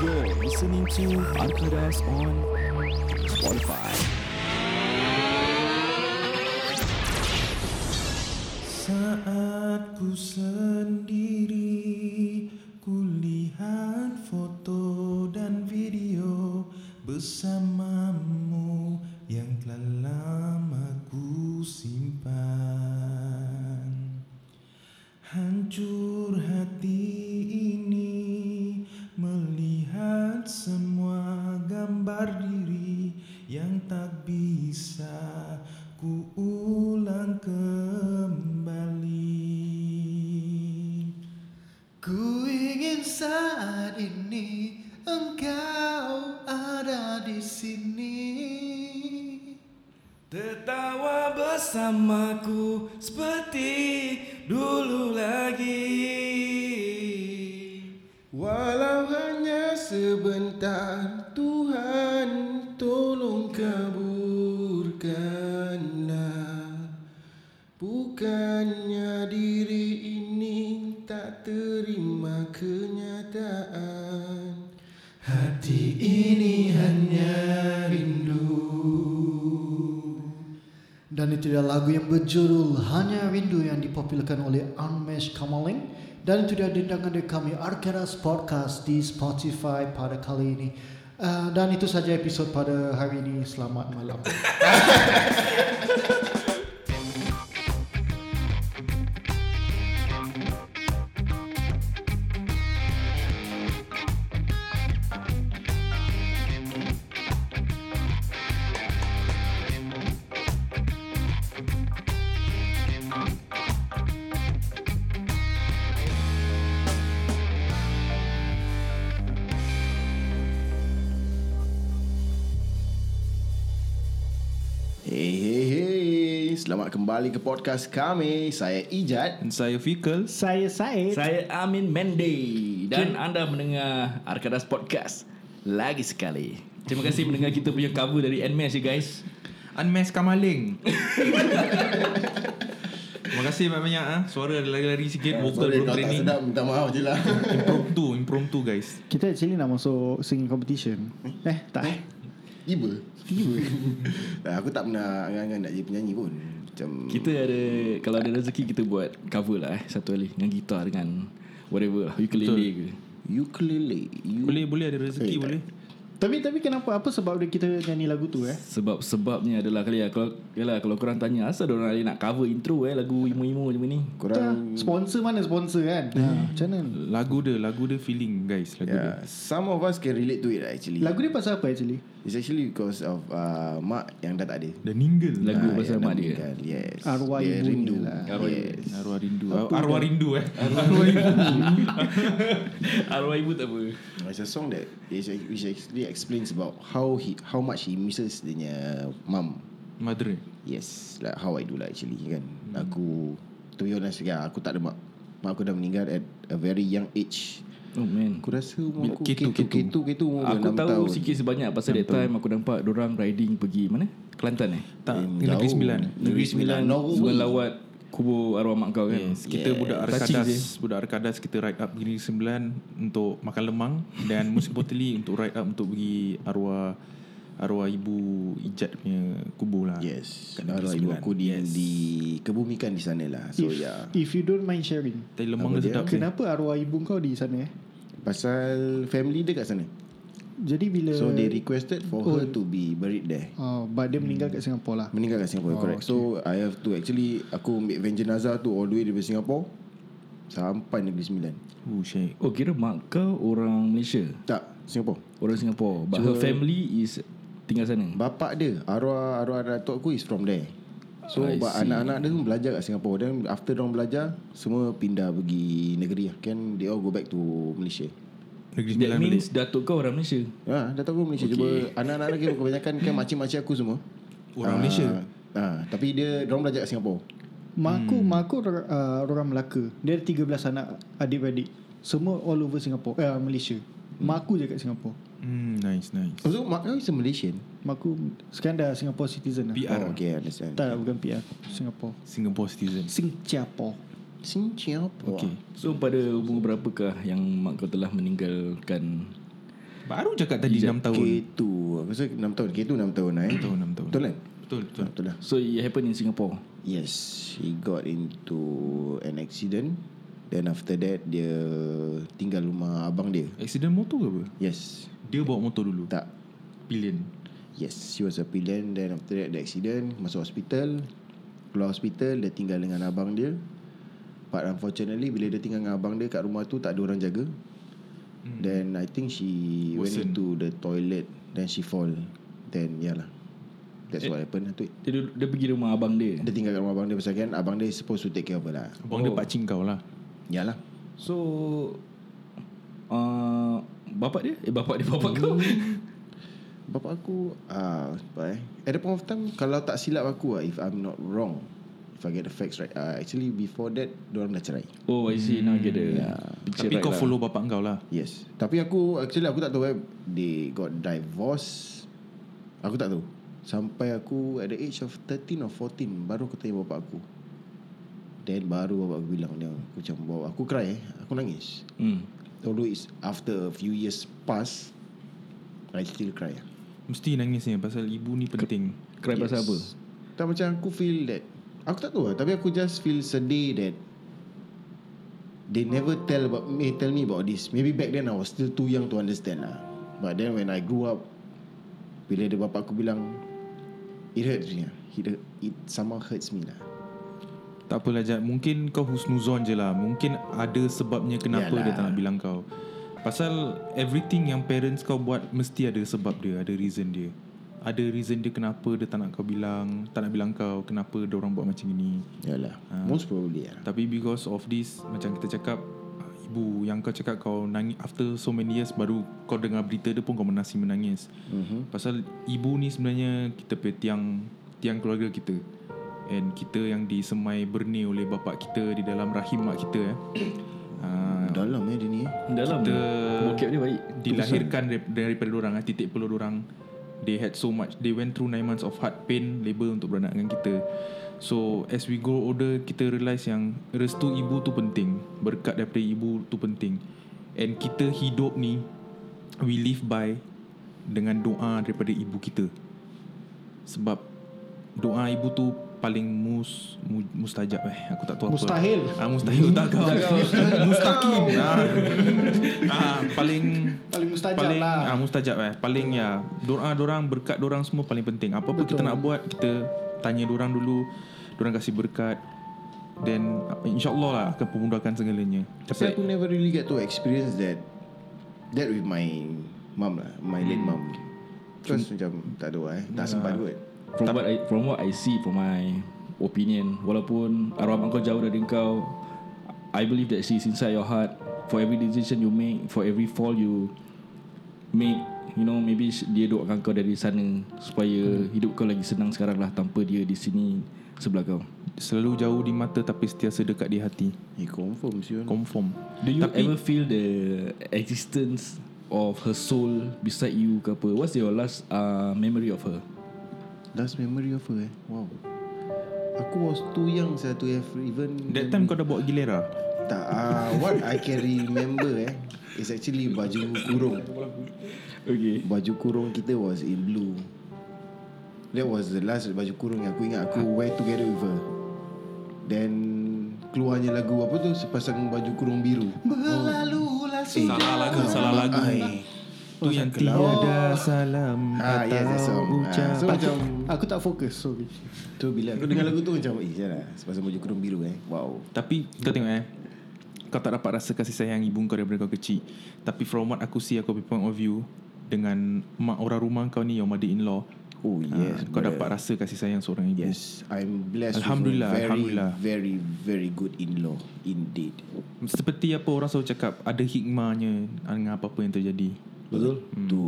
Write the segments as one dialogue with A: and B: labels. A: You're listening to Arkadas on Spotify.
B: Saat ku sendiri Ku lihat foto dan video Bersamamu yang telah lama ku simpan Hancur hati ini Melihat semua gambar diri Yang tak bisa ku ulang kembali Ku ingin saat ini Engkau ada di sini Tertawa bersamaku seperti dulu lagi Walau hanya sebentar Tuhan tolong kaburkanlah Bukannya diri ini tak terima kenyataan Hati ini hanya rindu
C: Dan itu dia lagu yang berjudul Hanya Rindu yang dipopularkan oleh Anmesh Kamaling. Dan itu dia dendangan dari kami Arkadas Podcast di Spotify pada kali ini. Uh, dan itu saja episod pada hari ini. Selamat malam.
D: Hey hey hey Selamat kembali ke podcast kami Saya Ijat
E: Dan saya Fikal
F: Saya Said
G: Saya Amin Mendy dan anda mendengar Arkadas Podcast lagi sekali. Terima kasih mendengar kita punya cover dari Nmash ya guys.
E: Unmask Kamaling Terima kasih banyak-banyak ah. Suara ada lari-lari sikit Vokal
D: Sorry
E: belum
D: kalau tak
E: training
D: sedap Minta maaf je lah
E: Impromptu Impromptu guys
F: Kita actually nak masuk singing competition Eh tak eh
D: Tiba Tiba Aku tak pernah Angan-angan nak jadi penyanyi pun Macam
G: Kita ada kalau ada rezeki kita buat cover lah eh satu kali dengan gitar dengan whatever lah, ukulele ke.
D: Ukulele U-
E: Boleh boleh ada rezeki
D: Eh, tak.
E: boleh
F: Tapi tapi kenapa Apa sebab dia kita nyanyi lagu tu eh
G: Sebab sebabnya adalah kali ya kalau yalah kalau korang tanya asal orang ada nak cover intro eh lagu emo-emo macam ni.
D: Korang
F: Sponsor mana sponsor kan
E: Ya.
F: ha, Macam mana
E: Lagu dia Lagu dia feeling guys Lagu dia
D: yeah, Some of us can relate to it lah actually
F: Lagu dia pasal apa actually
D: It's actually because of uh, Mak yang dah tak ada
E: Dah ninggal
G: Lagu
D: Ah, yang
G: pasal mak
D: dah
G: dia.
D: meninggal, Yes
F: Arwah
D: Dia
F: ibunya
D: rindu
F: lah.
D: Arwah yes.
E: Arwah rindu Arwah rindu eh Arwah rindu
G: Arwah ibu tak apa.
D: It's a song that is, Which actually explains about How he, how much he misses Dia punya Mum
E: Mother
D: Yes Like how I do lah actually kan hmm. Aku To be honest yeah, Aku tak ada mak Mak aku dah meninggal At a very young age
G: Oh man.
D: Aku rasa umur aku
E: Ketu,
D: Ketu
E: ketu.
D: Ketu Ketu umur
G: Aku
D: enam
G: tahu
D: tahun.
G: sikit sebanyak pasal that time aku nampak orang riding pergi mana? Kelantan eh?
E: Tak
D: Hmm,
E: Negeri
D: jauh.
E: Sembilan
D: Negeri Sembilan
G: Sukan
D: Norway
G: lawat kubur arwah mak kau kan.
E: Yes, kita
D: Yes.
E: budak
G: Touching
E: Arkadas
G: sih.
E: Budak Arkadas Kita ride up pergi Negeri Sembilan Untuk makan lemang Dan most importantly Untuk ride up Untuk pergi arwah Arwah ibu Ijat punya kubur lah
D: Yes
E: Kat
D: Arwah
E: Negeri
D: ibu
E: Sembilan.
D: aku di, Dikebumikan di sana lah So
F: if,
D: yeah
F: if you don't mind sharing
E: Tapi lemang dia sedap sih.
F: Kenapa arwah ibu kau di sana eh
D: Pasal family dia kat sana
F: Jadi bila
D: So they requested for her to be buried there
F: Oh, but dia meninggal kat Singapura lah.
D: Meninggal kat Singapore oh, Correct okay. So I have to actually Aku ambil van jenazah tu All the way daripada Singapore Sampai Negeri Sembilan
E: Oh syek
G: Oh kira mak kau orang Malaysia
D: Tak Singapore
G: Orang Singapore But her family is tinggal sana
D: Bapak dia Arwah Arwah datuk aku is from there So
G: I
D: but
G: see.
D: anak-anak dia pun belajar kat Singapore Then after dia belajar Semua pindah pergi negeri lah Can they all go back to Malaysia
E: Negeri
G: That
E: Sembilan balik
G: means datuk kau orang Malaysia
D: Ha, datuk aku Malaysia okay. Cuba anak-anak dia kebanyakan Kan makcik-makcik aku semua
E: Orang
D: Ah,
E: Malaysia
D: ah, Tapi dia Diorang belajar kat Singapore
F: Mak aku, mak aku or- uh, orang Melaka. Dia ada 13 anak adik-beradik. Semua all over Singapore, eh, Malaysia. Mak aku je kat Singapore.
E: Hmm nice nice
D: So mak kau is a Malaysian
F: Mak aku sekarang dah Singapore citizen lah.
E: PR
D: Oh okay I understand
F: Tak, bukan PR. Singapore.
E: Singapore citizen
F: Singapore.
D: Singapore
E: Okay
G: So pada umur berapakah yang mak kau telah meninggalkan
E: Baru cakap tadi 6 tahun.
D: K2 Aku rasa 6 tahun K2 6 tahun lah eh
E: Tahun 6 tahun.
D: Betul kan?
E: Betul betul.
D: Betul lah
G: So it happened in Singapore.
D: Yes He got into an accident Then after that Dia tinggal rumah abang dia
E: Accident motor ke apa?
D: Yes
E: Dia bawa motor dulu.
D: Tak
E: Pilihan.
D: Yes She was a pillion Then after that the accident Masuk hospital Keluar hospital Dia tinggal dengan abang dia But unfortunately Bila dia tinggal dengan abang dia Kat rumah tu Tak ada orang jaga hmm. Then I think she Went
E: Worsen.
D: into the toilet Then she fall Then ya lah That's what happened lah tu
G: Dia, du- dia pergi rumah abang dia.
D: Dia tinggal kat rumah abang dia Pasal kan Abang dia supposed to take care of her lah Ya
E: Abang dia pakcing kau lah.
D: Yalah
G: So uh, bapak dia? Eh bapak dia bapak kau.
D: Bapak aku ah, uh, eh. At the point of time Kalau tak silap aku lah If I'm not wrong If I get the facts right uh, Actually before that Diorang dah cerai
G: Oh I see Now I get the yeah. picture
E: Tapi
G: right
E: kau
G: lah.
E: follow bapak kau lah.
D: Yes Tapi aku Actually aku tak tahu eh, They got divorce Aku tak tahu Sampai aku At the age of 13 or 14 Baru aku tanya bapak aku Then baru bapak aku bilang dia Aku macam wow, Aku cry eh Aku nangis
G: Hmm.
D: Although it's After a few years pass I still cry ah.
E: Mesti nangis ni pasal ibu ni penting.
G: Cry yes. pasal apa?
D: Tak macam aku feel that Aku tak tahu lah Tapi aku just feel sedih that They never tell about me Tell me about this Maybe back then I was still too young to understand lah But then when I grew up Bila ada bapak aku bilang It hurts me lah It, hurt- it somehow hurts me lah
E: Tak apalah Jad Mungkin kau husnuzon je lah Mungkin ada sebabnya kenapa Yalah.
D: Yalah.
E: dia tak nak bilang kau Pasal everything yang parents kau buat Mesti ada sebab dia Ada reason dia Ada reason dia kenapa dia tak nak kau bilang Tak nak bilang kau Kenapa dia orang buat macam ini
D: Yalah Most probably lah
E: Tapi because of this Macam kita cakap ah, Ibu yang kau cakap kau nangis After so many years Baru kau dengar berita dia pun kau menasi menangis mm-hmm. Pasal ibu ni sebenarnya Kita punya tiang Tiang keluarga kita And kita yang disemai berni oleh bapak kita Di dalam rahim mak kita eh. Ah,
D: Dalam eh dia ni eh.
G: Dalam
E: Kita
G: Bokep dia baik.
E: dilahirkan dari- daripada orang eh, titik pelur orang they had so much they went through 9 months of heart pain labor untuk beranak dengan kita so as we grow older kita realise yang restu ibu tu penting berkat daripada ibu tu penting and kita hidup ni we live by dengan doa daripada ibu kita sebab doa ibu tu paling mus, mu, mustajab eh aku tak tahu
C: Mustahil.
E: apa ah, mustahil tak kau mustaqim ah. ah, paling
C: Paling mustajab
E: paling,
C: lah.
E: ah, Mustajab eh Paling ya Doa dorang Berkat dorang semua paling penting Apa-apa kita nak buat Kita tanya dorang dulu Dorang kasih berkat Then InsyaAllah lah Akan memudahkan segalanya
D: Tapi aku never really get to experience that That with my Mum lah My late mum Terus macam Tak ada lah eh Tak sempat kot
G: From what I from what I see from my opinion, walaupun arwah mak kau jauh dari kau, I believe that she's inside your heart. For every decision you make, for every fall you make, you know, maybe sh- dia doakan kau dari sana supaya hmm. hidup kau lagi senang sekarang lah tanpa dia di sini sebelah kau.
E: Selalu jauh di mata Tapi setiasa dekat di hati
D: Eh confirm siun
E: Confirm
G: Do you
E: Tapi-
G: Tapi, ever feel the existence of her soul beside you ke apa? What's your last uh, memory of her?
D: Last memory of her eh Wow Aku was too young saya to have even
E: That time kau dah bawa gilera
D: Tak ah, What I can remember eh Is actually baju kurung
G: Okay.
D: Baju kurung kita was in blue That was the last baju kurung yang aku ingat Aku wear together with her Then Keluarnya lagu apa tu Sepasang baju kurung biru
C: Berlalulah sudah
E: Eh, Salah lagu Salah lagu
D: Ai.
E: Tu yang tiada salam
D: Ah, yes, that song. Ah, so macam
C: Aku tak fokus Sorry
D: Tu bila aku dengar lagu tu macam Eh jalan Sepasang baju kurung biru eh Wow
E: Tapi kau tengok eh Kau tak dapat rasa kasih sayang ibu kau daripada kau kecil Tapi from what aku see aku punya point of view Dengan mak orang rumah kau ni Your mother-in-law
D: Oh yes
E: ah, Kau
D: brother.
E: dapat rasa kasih sayang seorang ibu
D: Yes, I'm blessed
E: Alhamdulillah,
D: with a very,
E: Alhamdulillah.
D: very, very good in-law indeed.
E: Seperti apa orang selalu cakap Ada hikmahnya Dengan apa-apa yang terjadi
D: Betul? Hmm. Tu.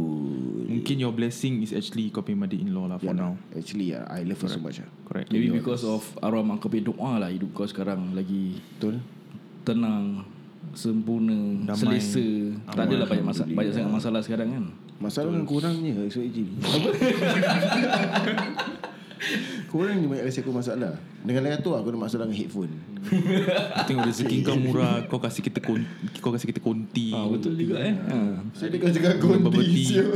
E: Mungkin your blessing is actually Kau punya mother-in-law lah for now
D: Actually, yeah, I love her so much. ah.
E: Correct
G: Maybe because of arwah mak kau punya doa lah hidup kau sekarang lagi
D: Betul?
G: tenang sempurna
E: Damai.
G: selesa tak adalah banyak masalah banyak sangat masalah sekarang kan
D: Masalah dengan korang ni, so actually. Korang ni banyak kasi aku masalah Dengan layan tu aku ada masalah dengan headphone
E: Tengok rezeki kau murah Kau kasih kita kon, Kau kasih kita konti
G: Ah, betul juga eh. Ha.
D: Saya dia kau cakap
E: Bubble
D: konti
E: tea.
D: siul.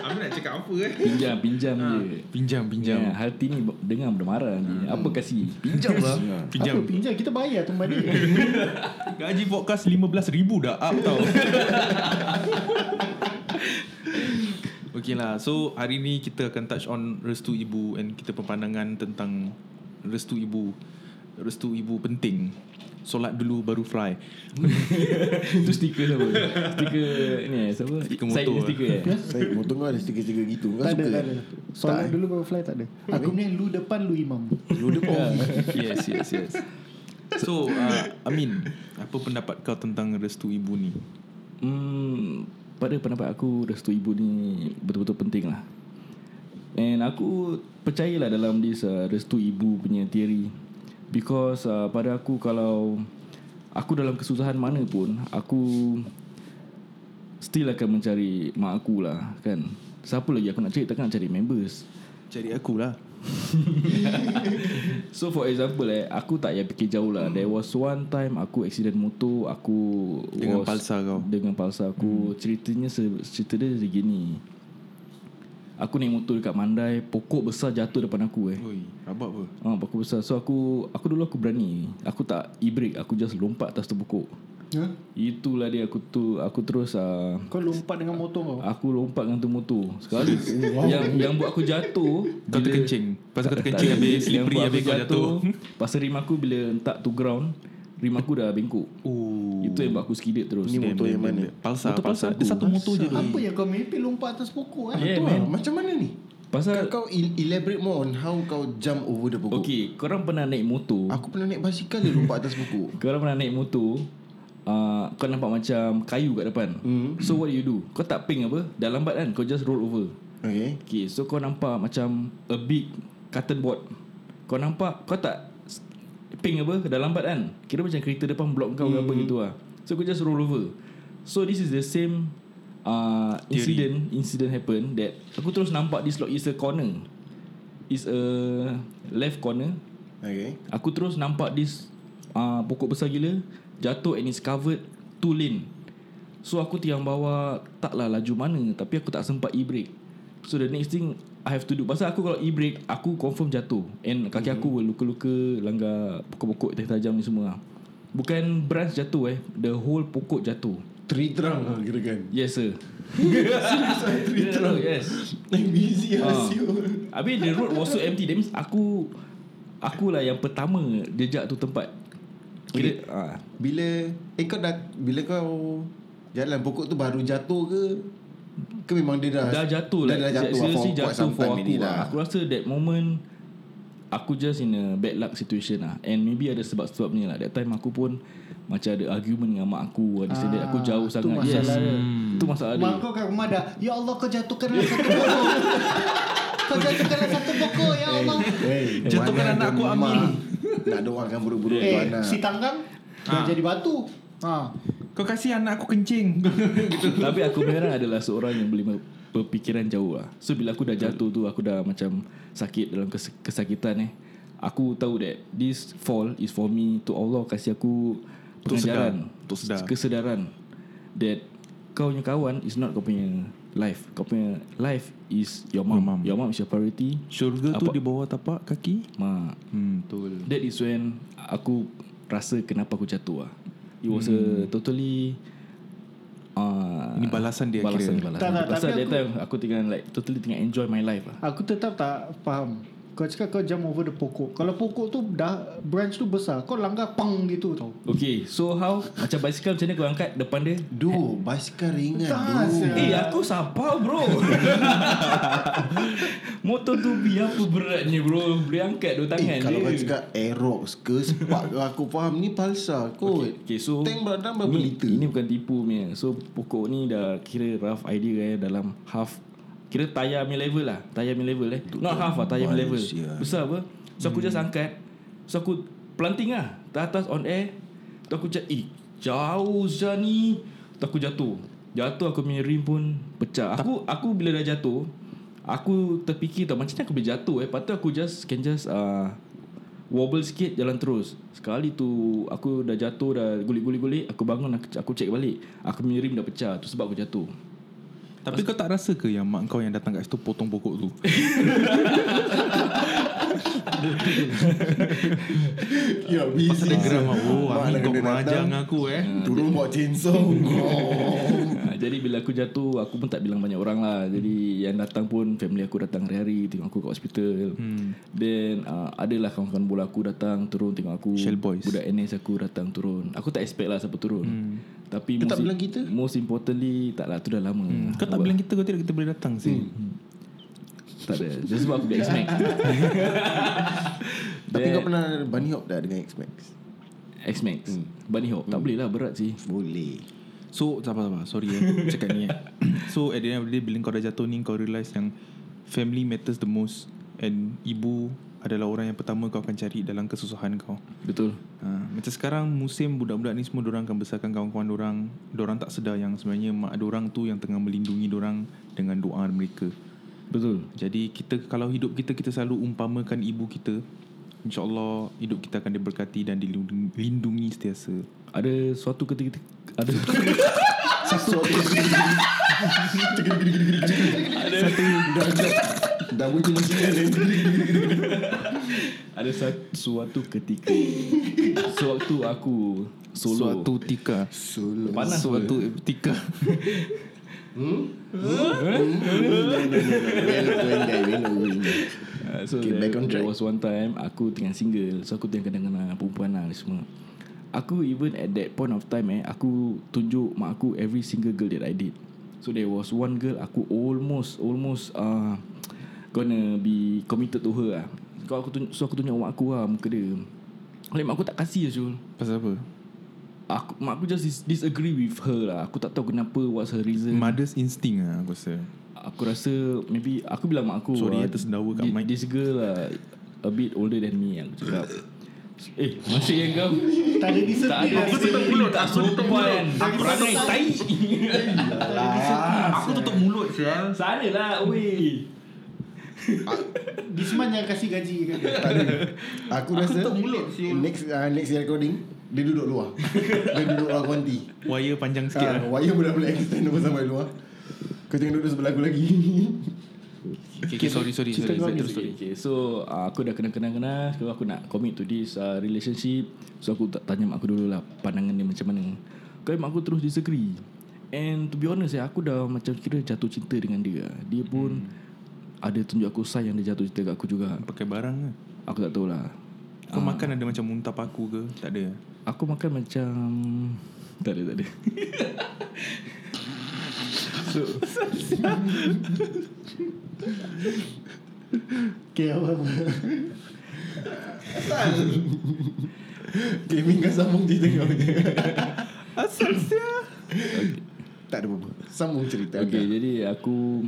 E: Aku nak cakap apa eh
G: Pinjam, pinjam je.
E: Pinjam pinjam Hmm.
G: Ya, hati ni dengar benda marah ni. Apa kasih? Pinjam lah.
E: Pinjam
F: Apa pinjam kita bayar tu balik.
E: Gaji podcast 15 ribu dah up tau Okay lah So hari ni kita akan touch on Restu Ibu And kita pemandangan tentang Restu Ibu Restu Ibu penting Solat dulu baru fly
G: Itu stiker siapa? Stiker ni eh, siapa?
E: Stiker
G: Syed
E: motor.
G: Stiker eh.
D: Saya motor kau ada stiker-stiker gitu Kau
F: tak ada,
D: suka
F: tak ada. Solat dulu baru fly tak ada. Aku ni lu depan lu imam.
D: Lu depan
E: Ya. Yes yes yes So uh, Amin Apa pendapat kau tentang Restu Ibu ni
G: Hmm, pada pendapat aku restu ibu ni betul-betul penting lah. And aku percayalah dalam this uh, restu ibu punya teori because uh, pada aku kalau aku dalam kesusahan mana pun aku still akan mencari mak aku lah kan. Siapa lagi aku nak cari takkan nak cari members.
E: Cari aku lah
G: So for example eh Aku tak payah fikir jauh
E: Hmm.
G: lah There was one time Aku accident motor Aku
E: Dengan
G: was,
E: palsa kau. Hmm.
G: Dengan palsa aku Ceritanya se- Cerita dia segini Aku naik motor dekat Mandai Pokok besar jatuh depan aku eh
E: Oi Rabak apa
G: Ah, pokok besar So aku Aku dulu aku berani Aku tak e-brake Aku just lompat atas tu pokok
E: Ya?
F: Huh?
G: Itulah dia aku tu Aku terus uh,
F: Kau lompat dengan motor kau.
G: Aku lompat dengan tu motor Sekali yang, yang buat aku jatuh
E: Kau
G: bila-
E: terkencing Pasal kau
G: Tak-
E: terkencing
G: tak-
E: Habis
G: yang
E: slippery
G: buat
E: Habis
G: aku
E: kau jatuh
G: Pasal rim aku bila letak to ground Rim aku dah bengkok
E: Oh
G: Itu yang buat aku skidat terus
D: Ni motor yang mana
E: Palsa,
G: Motor palsa
E: palsa.
G: aku.
E: Dia satu motor je
F: Apa yang kau mimpi lompat atas pokok eh?
G: Yeah
D: Wah,
G: man
D: lah, Macam mana ni
G: Pasal
D: Kau el- elaborate more on How kau jump over the pokok
G: Okay korang pernah naik motor
D: Aku pernah naik basikal dia lompat atas pokok
G: Korang pernah naik motor uh, Kau nampak macam kayu kat depan
D: Hmm.
G: So what do you do Kau tak ping apa Dah lambat kan Kau just roll over
D: Okay
G: Okay so kau nampak macam A big cotton board Kau nampak Kau tak s- Ping apa Dah lambat kan Kira macam kereta depan Blok kau ke apa gitu lah So kau just roll over So this is the same uh, Incident Incident happen That Aku terus nampak This lot is a corner Is a Left corner
D: Okay
G: Aku terus nampak this uh, Pokok besar gila Jatuh and it's covered Two lane So aku tiang bawah Taklah laju mana Tapi aku tak sempat e-brake So the next thing I have to do Pasal aku kalau e-brake Aku confirm jatuh And kaki aku will luka-luka Langgar pokok-pokok tajam ni semua lah. Bukan branch jatuh eh The whole pokok jatuh
D: Tree trunk lah kira kan
G: Yes sir
D: Tree trunk
G: Yes
D: Like busy lah
G: Ah.
D: siul
G: Habis the road was so empty That means aku Akulah yang pertama Jejak tu tempat Kira ah,
D: Bila Eh kau dah Bila kau Jalan pokok tu baru jatuh ke Ke memang dia dah
G: dah jatuh
D: Dah, dah jatuh lah
G: seriously
D: for quite
G: jatuh
D: some
G: for
D: time
G: aku
D: already
G: lah. aku rasa that moment aku just in a bad luck situation lah and maybe ada sebab-sebab ni lah that time aku pun macam ada argument dengan mak aku ada ah,
F: Ah,
G: aku jauh
F: tu
G: sangat yes
F: masalah dia.
G: tu masalah dia
C: Mak kau kat rumah dah Ya Allah kau jatuhkanlah
F: lah
C: satu pokok Kau jatuhkanlah satu pokok Ya Allah
D: Hey,
G: kan
E: Jatuhkan
D: Eh, mana
E: anak
D: ada
E: aku,
D: mak
E: Amin.
D: Nak kan doakan buru-buru tu
C: Eh
D: anak
C: si tanggang Dah jadi batu Ha
F: Ah.
E: Kau kasih anak aku kencing
G: Tapi aku memang adalah seorang yang boleh me- berfikiran jauh lah. So bila aku dah jatuh tu aku dah macam sakit dalam kes- kesakitan eh. Aku tahu that this fall is for me to Allah kasih aku
E: Untuk sedar.
G: pengajaran,
E: Untuk sedar.
G: kesedaran that kau punya kawan is not kau punya life. Kau punya life is your mom. Your mom, is your priority.
E: Syurga tu
G: Apa-
E: di bawah tapak kaki
G: Mak.
E: Hmm betul
G: That is when aku rasa kenapa aku jatuh lah. It was a totally uh,
E: Hmm. Ini balasan dia
G: balasan,
E: kira.
G: Balasan,
F: Tak, tak,
G: Pasal
F: tapi
G: that time aku tengah like totally tengah enjoy my life lah.
F: Aku tetap tak faham. Kau cakap kau jump over the pokok. Kalau pokok tu dah branch tu besar, kau langgar pang gitu tau.
G: Okay, so how macam bicycle macam mana kau angkat depan dia?
D: Duh, basikal ringan
F: Tak,
D: duh.
F: sial.
G: Eh, aku sampah bro. Motor tu biar apa beratnya bro. Boleh angkat dua tangan
D: Eh, kalau
G: je.
D: kau cakap Aerox ke Spark ke Aku faham ni palsa kot
G: Okay, so
D: Tank berat berapa
G: ini,
D: liter
G: Ini bukan tipu punya So pokok ni dah kira rough idea eh Dalam half Kira tayar punya level lah Tayar punya level eh Not half lah tayar punya level
D: manusia.
G: Besar apa So
D: Hmm.
G: aku just angkat So aku planting lah Ke atas on air Tu aku cakap Eh jauh sah ni Tu aku jatuh Jatuh aku punya rim pun pecah Aku aku bila dah jatuh Aku terfikir tau Macam mana aku boleh jatuh eh Patut aku just Can just uh, Wobble sikit Jalan terus Sekali tu Aku dah jatuh Dah gulik-gulik-gulik Aku bangun Aku, aku cek balik Aku punya rim dah pecah Tu sebab aku jatuh
E: Tapi kau tak rasa ke yang mak kau yang datang kat situ potong pokok tu?
D: Ya busy
E: Dia geram ah. Oh,
D: Mak
E: Amin
D: dah
E: kau
D: kena
E: mengajar
D: datang.
E: dengan aku eh.
D: Turun bawa chainsaw Oh.
E: Oh.
G: Ah, Jadi bila aku jatuh Aku pun tak bilang banyak orang lah Jadi yang datang pun Family aku datang hari-hari Tengok aku kat hospital
E: Hmm.
G: Then uh, Adalah kawan-kawan bola aku datang Turun tengok aku
E: Shell boys. Hmm.
G: Budak NS aku datang turun Aku tak expect lah siapa turun Tapi
D: Kau tak
G: most-
D: bilang kita?
G: Most importantly Tak lah tu dah lama
E: Kau tak bilang kita kau tidak kita boleh datang sih.
G: Tak ada Just sebab aku black smack
D: Tapi kau pernah bunny hop dah dengan X-Max
G: X-Max Bunny Hop Tak boleh lah berat sih
D: Boleh
E: So sabar sabar Sorry eh Cakap ni eh So at the end of the day Bila kau dah jatuh ni Kau realise yang Family matters the most And ibu Adalah orang yang pertama Kau akan cari Dalam kesusahan kau
G: Betul
E: ha, Macam sekarang Musim budak-budak ni Semua dorang akan besarkan Kawan-kawan dorang Dorang tak sedar yang Sebenarnya mak dorang tu Yang tengah melindungi dorang Dengan doa mereka
G: Betul
E: Jadi kita Kalau hidup kita Kita selalu umpamakan ibu kita InsyaAllah Hidup kita akan diberkati Dan dilindungi lindungi setiasa
G: Ada suatu ketika Ada
D: Satu dah Dah bunyi macam ni
G: Ada sa- suatu ketika Sewaktu aku Solo
E: Suatu tika
D: Solo
G: Panas
E: Suatu tika
D: Well well there Well well there
G: uh, So
D: Okay,
G: okay,
D: back
G: there,
D: on
G: there
D: track.
G: was one time Aku tengah single So aku tengah kenal-kenal Perempuan lah ni semua Aku even at that point of time eh Aku tunjuk mak aku Every single girl that I did So there was one girl Aku almost Almost uh, Gonna be committed to her lah so aku, tunjuk, so aku tunjuk mak aku lah Muka dia Oleh mak aku tak kasih lah Syul
E: Pasal apa?
G: Aku, mak aku just dis- disagree with her lah Aku tak tahu kenapa What's her reason
E: Mother's instinct lah aku rasa
G: Aku rasa Maybe Aku bilang mak aku
E: Sorry,
G: ah,
E: eh, tersendawa kat
G: thi-
E: mic.
G: This girl lah A bit older than me Aku cakap Eh masih yang kau
C: Tak ada discipline
G: Tak ada
C: Aku
G: tutup mulut Tak sopan Aku perangai tai
E: Aku tutup mulut sial
G: Sana lah weh
C: Disman yang kasih gaji kat dia
D: Tak ada Aku rasa Next uh, next recording Dia duduk luar Dia duduk luar konti
E: Wire panjang sikit
D: Ah,
E: lah
D: Wire budak-budak extend Apa sampai luar Kau jangan duduk sebelah aku lagi
E: okay, okay, sorry, sorry, sorry, sorry,
G: Terus okay, okay. So uh, aku dah kenal-kenal-kenal Sekarang aku nak commit to this uh, relationship So aku tak tanya mak aku dulu lah Pandangan dia macam mana Kali mak aku terus disagree And to be honest eh, Aku dah macam kira jatuh cinta dengan dia Dia pun Ada tunjuk aku sign yang dia jatuh cinta kat aku juga
E: Pakai barang ke?
G: Aku tak tahu lah
E: Kau makan ada macam muntah paku ke? Tak ada
G: Aku makan macam Tak ada tak ada So
C: Okay apa-apa
D: Gaming kau sambung cerita kau ni.
E: Asal sial
D: Tak ada apa-apa Sambung cerita
G: Okay
D: okay.
G: jadi aku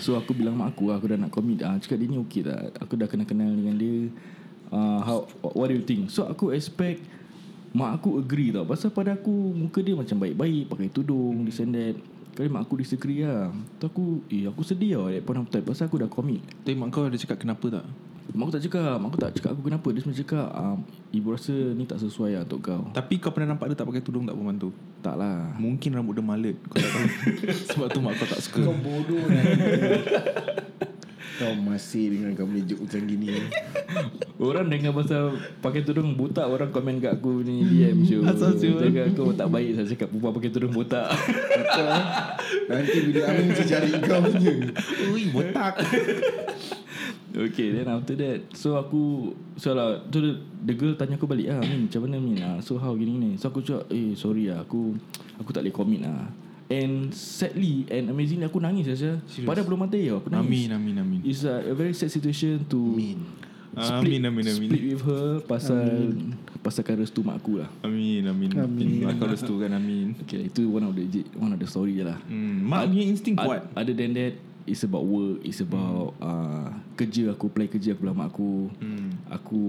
G: So aku bilang mak aku Aku dah nak commit ah, Cakap dia ni okay tak Aku dah kenal-kenal dengan dia uh, how, What do you think So aku expect Mak aku agree tau Pasal pada aku Muka dia macam baik-baik Pakai tudung This and that Kali mak aku disagree lah Tu aku Eh aku sedih tau At that point of time Pasal aku dah commit
E: Tapi mak kau ada cakap kenapa tak?
G: Mak aku tak cakap Mak aku tak cakap aku kenapa Dia cuma cakap um, Ibu rasa ni tak sesuai lah untuk kau
E: Tapi kau pernah nampak dia tak pakai tudung tak perempuan tu?
G: Tak lah
E: Mungkin rambut dia malet Kau tak tahu Sebab tu mak kau tak suka
C: Bodoh lah
D: Kau masih dengan kau punya joke macam gini
G: Orang dengar pasal Pakai tudung botak Orang komen kat aku ni DM show
E: Asal siul.
G: Jaga aku tak baik Saya cakap perempuan pakai tudung botak
D: Kau Nanti bila Amin cari kau punya
E: Ui botak
G: Okay then after that So aku So lah So the, the girl tanya aku balik ah, Min macam mana Min ah, So how gini ni So aku cakap Eh sorry lah Aku Aku tak boleh commit lah And sadly And amazingly aku nangis Saya Padahal belum mati tau Aku nangis
E: Amin amin amin
G: It's a, a very sad situation to Min.
E: Amin amin amin
G: split with her pasal Amin. pasalkan restu mak aku lah.
E: Amin amin Amin Mak kau restu kan amin
G: Okay, itu one of the one of the story je lah.
E: hmm, Mak punya insting
G: Ad-
E: kuat
G: Other than that, It's about work It's about hmm. uh, Kerja aku Play kerja aku bilang mak aku Aku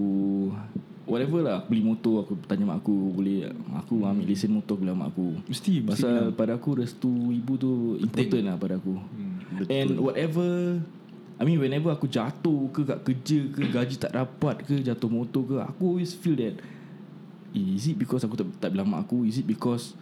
G: Whatever lah Beli motor Aku tanya mak aku Boleh Aku ambil lesen motor Aku bilang mak aku
E: Mesti- mesti
G: Pasal pada aku Restu ibu tu Important lah pada aku And whatever I mean whenever aku jatuh ke kat kerja ke gaji tak dapat ke jatuh motor ke aku always feel that eh, is it because aku tak, tak bilang mak aku is it because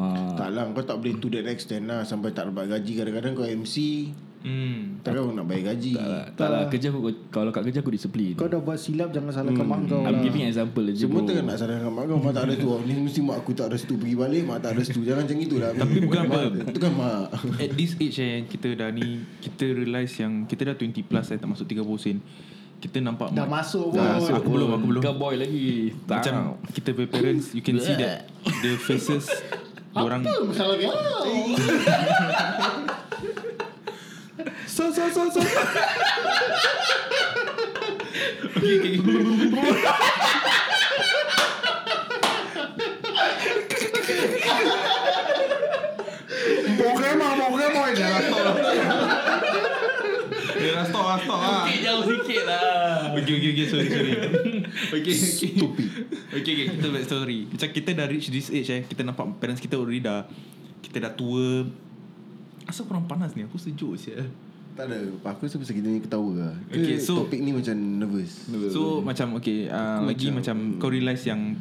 G: uh,
D: Tak lah kau tak boleh to that extent lah Sampai tak dapat gaji Kadang-kadang kau MC
E: Hmm.
D: Takkan kau nak bayar gaji
G: tak lah, tak lah. kerja aku kalau kat kerja aku disiplin
F: Kau dah buat silap Jangan salahkan mak kau
G: Hmm.
E: Ah.
G: I'm giving example je
D: Semua
G: bro.
D: tak nak salahkan mak kau Mak tak restu oh, Ni mesti mak aku tak restu Pergi balik mak tak restu Jangan macam itulah
E: Tapi bukan apa.
D: Itu kan mak
E: At this age eh Kita dah ni Kita realise yang Kita dah 20 plus eh Tak masuk 30 sen Kita nampak
C: Dah
E: mak-
C: masuk pun.
E: Dah masuk Aku belum Aku belum
G: Kau boy lagi tak
E: Macam Kita punya parents You can see that The faces Orang
C: Kalau dia
E: So so so so Okay okay
D: Pokemon Pokemon je lah
E: Dia dah stop lah Stop lah
G: Sikit jauh sikit lah
E: Okay okay okay Sorry sorry Okay okay Stupid Okay okay Kita back story Macam kita dah reach this age eh Kita nampak parents kita already dah Kita dah tua Asal korang panas ni Aku sejuk siap
D: Tak ada Aku rasa pasal kita ni ketawa lah Ke
E: Okay, so-
D: Topik ni macam nervous
E: So macam okay uh, Lagi macam Kau realise yang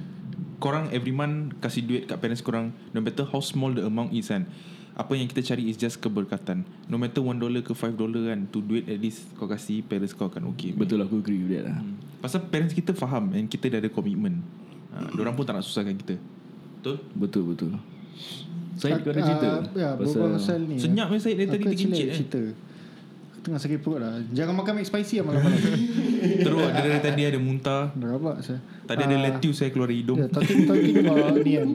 E: Korang every month Kasih duit kat parents korang No matter how small the amount is kan Apa yang kita cari is just keberkatan No matter 1 dollar ke 5 dollar kan Tu duit at least Kau kasih parents kau akan okay
G: Betul aku agree with that lah
E: Pasal parents kita faham And kita dah ada komitmen uh, Diorang pun tak nak susahkan kita Betul?
G: Betul betul Saya kau ada cerita
F: Ya berbual pasal ni
E: Senyap eh Syed Dia tadi
F: Aku actually
E: terkincit
F: ada
E: eh
F: cerita Tengah sakit perut lah Jangan makan McSpicy lah malam-malam
E: Teruk dia dari tadi ada muntah
F: Dah rabak saya
E: Tadi ada lettuce saya keluar dari hidung
F: Yeah, talking talking about ni kan.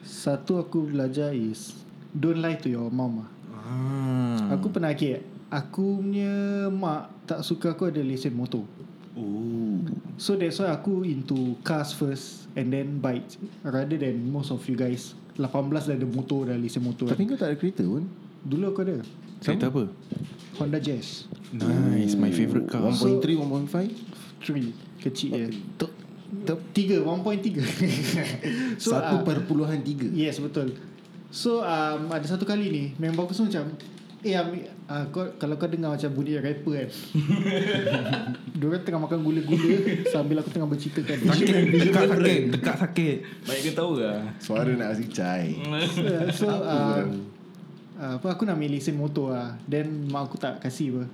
F: Satu aku belajar is don't lie to your mom.
E: ah.
F: Hmm. Aku pernah okay, aku punya mak tak suka aku ada lesen motor.
E: Oh
F: So that's why aku into cars first and then bikes rather than most of you guys. 18 dah ada motor dah lesen motor.
D: Tapi kau tak ada kereta pun
F: dulu aku ada
E: Cerita apa?
F: Honda Jazz
E: Nice My favourite car
D: 1.3 1.5
F: 3 kecil je.
D: Tok Tok
F: 3 1.3. so
D: Satu
F: ah,
D: perpuluhan tiga
F: Yes betul So um, ada satu kali ni Member aku semua macam Eh Ami, uh, kau, kalau kau dengar macam bunyi rapper kan Diorang tengah makan gula-gula Sambil aku tengah bercerita kan
E: Sakit Tekak sakit Tekak sakit
G: Baik ke tahu lah
D: Suara nak kasi cai
F: So, so uh, uh, apa, Aku nak ambil lesen motor lah Then mak aku tak kasih apa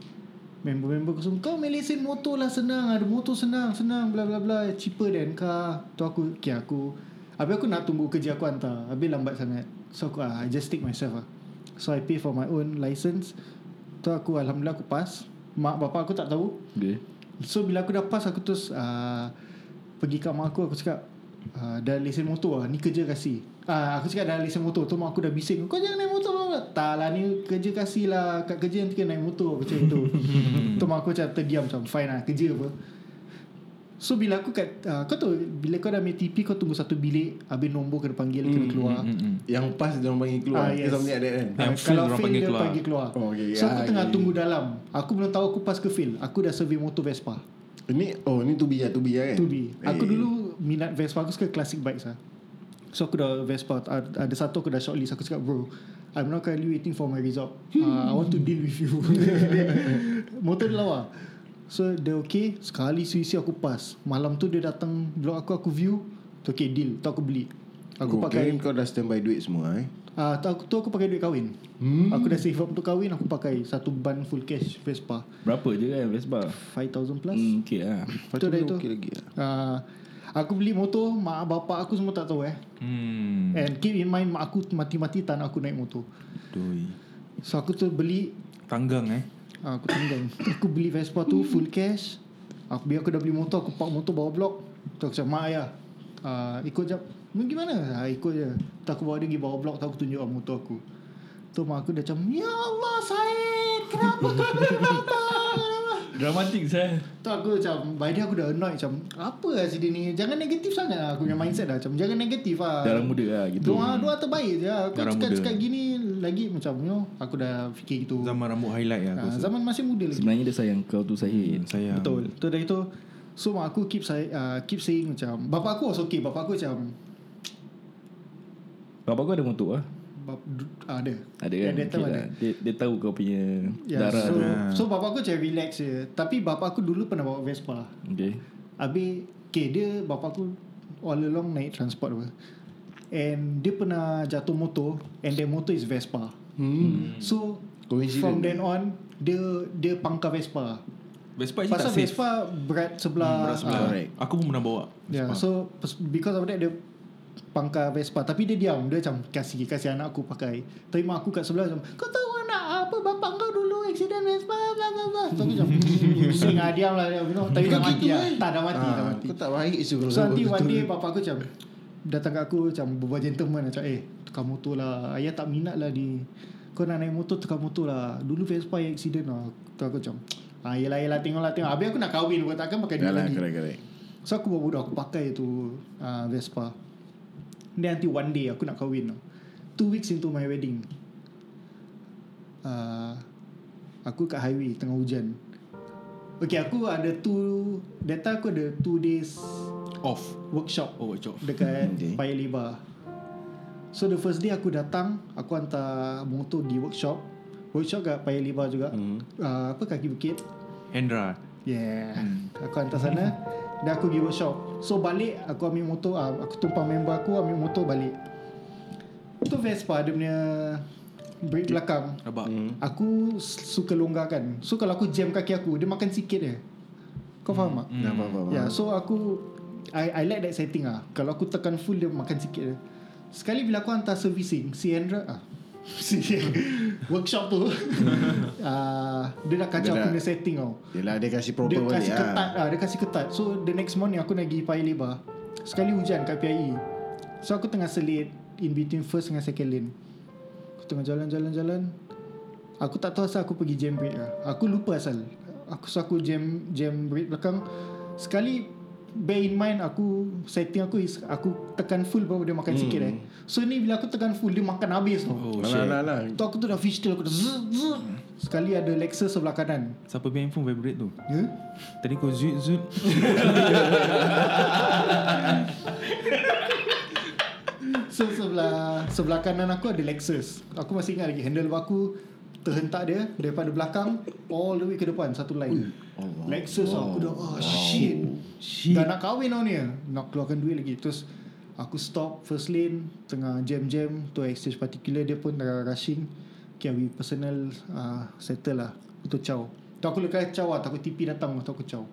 F: Member-member aku semua Kau ambil lesen motor lah senang Ada motor senang Senang bla bla bla Cheaper than car Tu aku Okay aku Habis aku nak tunggu kerja aku hantar Habis lambat sangat So aku ah, I just take myself lah So I pay for my own license Tu aku Alhamdulillah aku pass Mak bapak aku tak tahu
G: Okay
F: So bila aku dah pass Aku terus uh, Pergi kat mak aku Aku cakap uh, Dah lesen motor lah Ni kerja kasih uh, Aku cakap dah lesen motor Tu mak aku dah bising Kau jangan naik motor lah. Tak lah ni kerja kasih lah Kat kerja nanti kena naik motor Aku cakap itu Tu mak aku macam terdiam Macam fine lah kerja apa So bila aku kat uh, Kau tahu Bila kau dah ambil TP Kau tunggu satu bilik Habis nombor kena panggil Kena
E: Hmm,
F: keluar
E: Mm.
D: Yang pas dia orang panggil keluar
F: Ah, yes.
D: Ke something like that kan
F: Ah,
E: Yang fail
F: kalau
E: orang
F: fail
E: panggil
F: dia
E: keluar.
F: panggil keluar.
D: Oh, okay.
F: So aku
D: Ah,
F: tengah
D: okay.
F: tunggu dalam. Aku belum tahu aku pas ke fail. Aku dah survey motor Vespa.
D: Ini Oh ni tubi lah Tubi lah kan
F: To be Aku
D: Eh,
F: dulu Minat Vespa Aku suka classic bikes lah So aku dah Vespa Ad- Ada satu aku dah shortlist Aku cakap bro I'm not currently waiting for my result uh, I want to deal with you Motor dia lawa So dia okay Sekali suisi aku pass Malam tu dia datang Blok aku aku view Tu okay deal Tu aku beli Aku
D: oh,
F: pakai
D: kirain kau dah standby duit semua eh
F: Ah, tu aku tu aku pakai duit kahwin. Hmm. Aku dah save up untuk kahwin, aku pakai satu ban full cash Vespa.
G: Berapa je kan Vespa
F: 5000 plus.
G: Hmm, okay lah
D: Lepas tu
F: dah
D: dia
F: itu.
D: okey lagi lah
F: Uh, aku beli motor Mak bapak aku semua tak tahu eh
E: Hmm
F: And keep in mind Mak aku mati-mati Tak nak aku naik motor
E: Doi
F: So aku tu beli
E: Tanggang eh
F: ah, Aku tinggal Aku beli Vespa tu Full cash aku, Bila aku dah beli motor Aku park motor bawah blok Tu aku cakap Mak ayah uh, Ikut jap "Ni Gimana? Ha, ikut je Tu aku bawa dia pergi bawah blok Tu aku tunjuk lah motor aku Tu mak aku dah macam Ya Allah Syed Kenapa kau beli motor
G: Dramatik saya
F: Tu aku macam By then aku dah annoyed Macam Apa lah si dia ni Jangan negatif sangat lah Aku punya mindset dah Macam jangan negatif lah
G: Dalam muda lah gitu
F: Doa, doa terbaik je lah. Kau
E: Darah muda.
F: cakap-cakap gini lagi macam you know, aku dah fikir gitu.
E: Zaman rambut highlight lah aku
F: Ah,
E: rasa.
F: zaman masih muda lagi.
G: Sebenarnya ya. dia sayang kau tu Syahid
E: Sayang
F: Betul. Tu dari tu so mak aku keep saya uh, keep saying macam bapa aku was okay, bapa aku macam
G: Bapak kau ada motor lah
F: bap, du- ah, ada.
G: Ada
F: Yang
G: kan
F: That time
G: Okay
F: ada.
G: lah. dia, dia tahu kau punya
F: Ya,
G: Darah
F: so,
G: tu
F: so bapa aku macam relax je. Tapi bapa aku dulu pernah bawa Vespa. lah.
G: Okay
F: Habis Okay dia Bapa aku All along naik transport apa And Dia pernah jatuh motor And their motor is Vespa hmm. So
D: Coincident.
F: From then on Dia Dia pangkal Vespa
E: Vespa actually
F: Pasal
E: tak safe
F: Vespa Berat sebelah
E: Hmm, Berat sebelah
F: ah,
D: Correct.
E: Aku pun pernah bawa
F: Yeah,
E: Vespa.
F: so pers- because of that dia pangkal Vespa tapi dia diam dia macam kasih kasih anak aku pakai tapi mak aku kat sebelah macam kau tahu anak apa bapak kau dulu accident Vespa bla bla bla so aku macam pusing ah diam lah you know. tapi dah mati lah tak dah mati dah
D: Ah,
F: mati
D: Kau tak baik suruh
F: so nanti one day bapak aku macam datang kat aku macam berbual gentleman macam eh tukar motor lah ayah tak minat lah ni kau nak naik motor tukar motor lah dulu Vespa yang accident lah tu aku macam ah yelah yelah tengok lah tengok habis aku nak kahwin kan, kau takkan pakai dia
D: Yalah
F: lagi
D: correct correct
F: So aku bawa budak aku pakai tu uh, Vespa Then nanti one day aku nak kahwin tau. Two weeks into my wedding uh, Aku kat highway tengah hujan Okay aku ada two That time aku ada two days
E: Off
F: workshop
E: Oh cok
F: Dekat
D: Okay.
F: okay. Paya Lebar So the first day aku datang Aku hantar motor di workshop Workshop kat Paya Lebar juga mm. uh, Apa kaki bukit
E: Hendra
F: Yeah Aku hantar sana Dan aku pergi workshop So balik Aku ambil motor ah, Aku tumpang member aku Ambil motor balik Itu Vespa Dia punya Brake belakang
E: Rabak
F: Aku suka longgarkan So kalau aku jam kaki aku Dia makan sikit je Kau faham tak?
D: Dah faham
F: Ya, yeah, so aku I I like that setting ah. Kalau aku tekan full dia makan sikit je. Sekali bila aku hantar servicing si Andra ah. Si workshop tu ah, Dia nak
D: Dia
F: kacau aku
D: nak-
F: punya setting tau
D: Yelah dia kasih proper
F: Dia
D: balik
F: kasih
D: ah.
F: ketat ah. Dia kasih ketat So the next morning aku nak pergi Paya Lebar Sekali hujan kat PIE So aku tengah selit In between first dengan second lane Aku tengah jalan-jalan-jalan Aku tak tahu asal aku pergi jam brake lah Aku lupa asal Aku so aku jam, jam brake belakang Sekali Bear in mind aku Setting aku is Aku tekan full baru dia makan hmm. sikit eh So ni bila aku tekan full Dia makan habis tau oh.
D: Alah alah alah
F: Tu aku tu dah fish tail Aku dah zzz, zzz. Sekali ada Lexus sebelah kanan
E: Siapa punya handphone vibrate tu
F: Ya
E: Tadi kau zut zut
F: So sebelah sebelah kanan aku ada Lexus. Aku masih ingat lagi handle aku terhentak dia daripada belakang all the way ke depan satu line.
D: Oh,
F: Allah. Lexus aku
D: ah,
F: dah oh shit. shit. Dah nak kahwin tau ni. eh. Nak keluarkan duit lagi. Terus aku stop first lane tengah jam-jam tu exchange particular dia pun tengah rushing. Okay, we personal uh, settle lah. Tu caw. Tu aku lekat caw lah. Takut TP datang tu aku caw.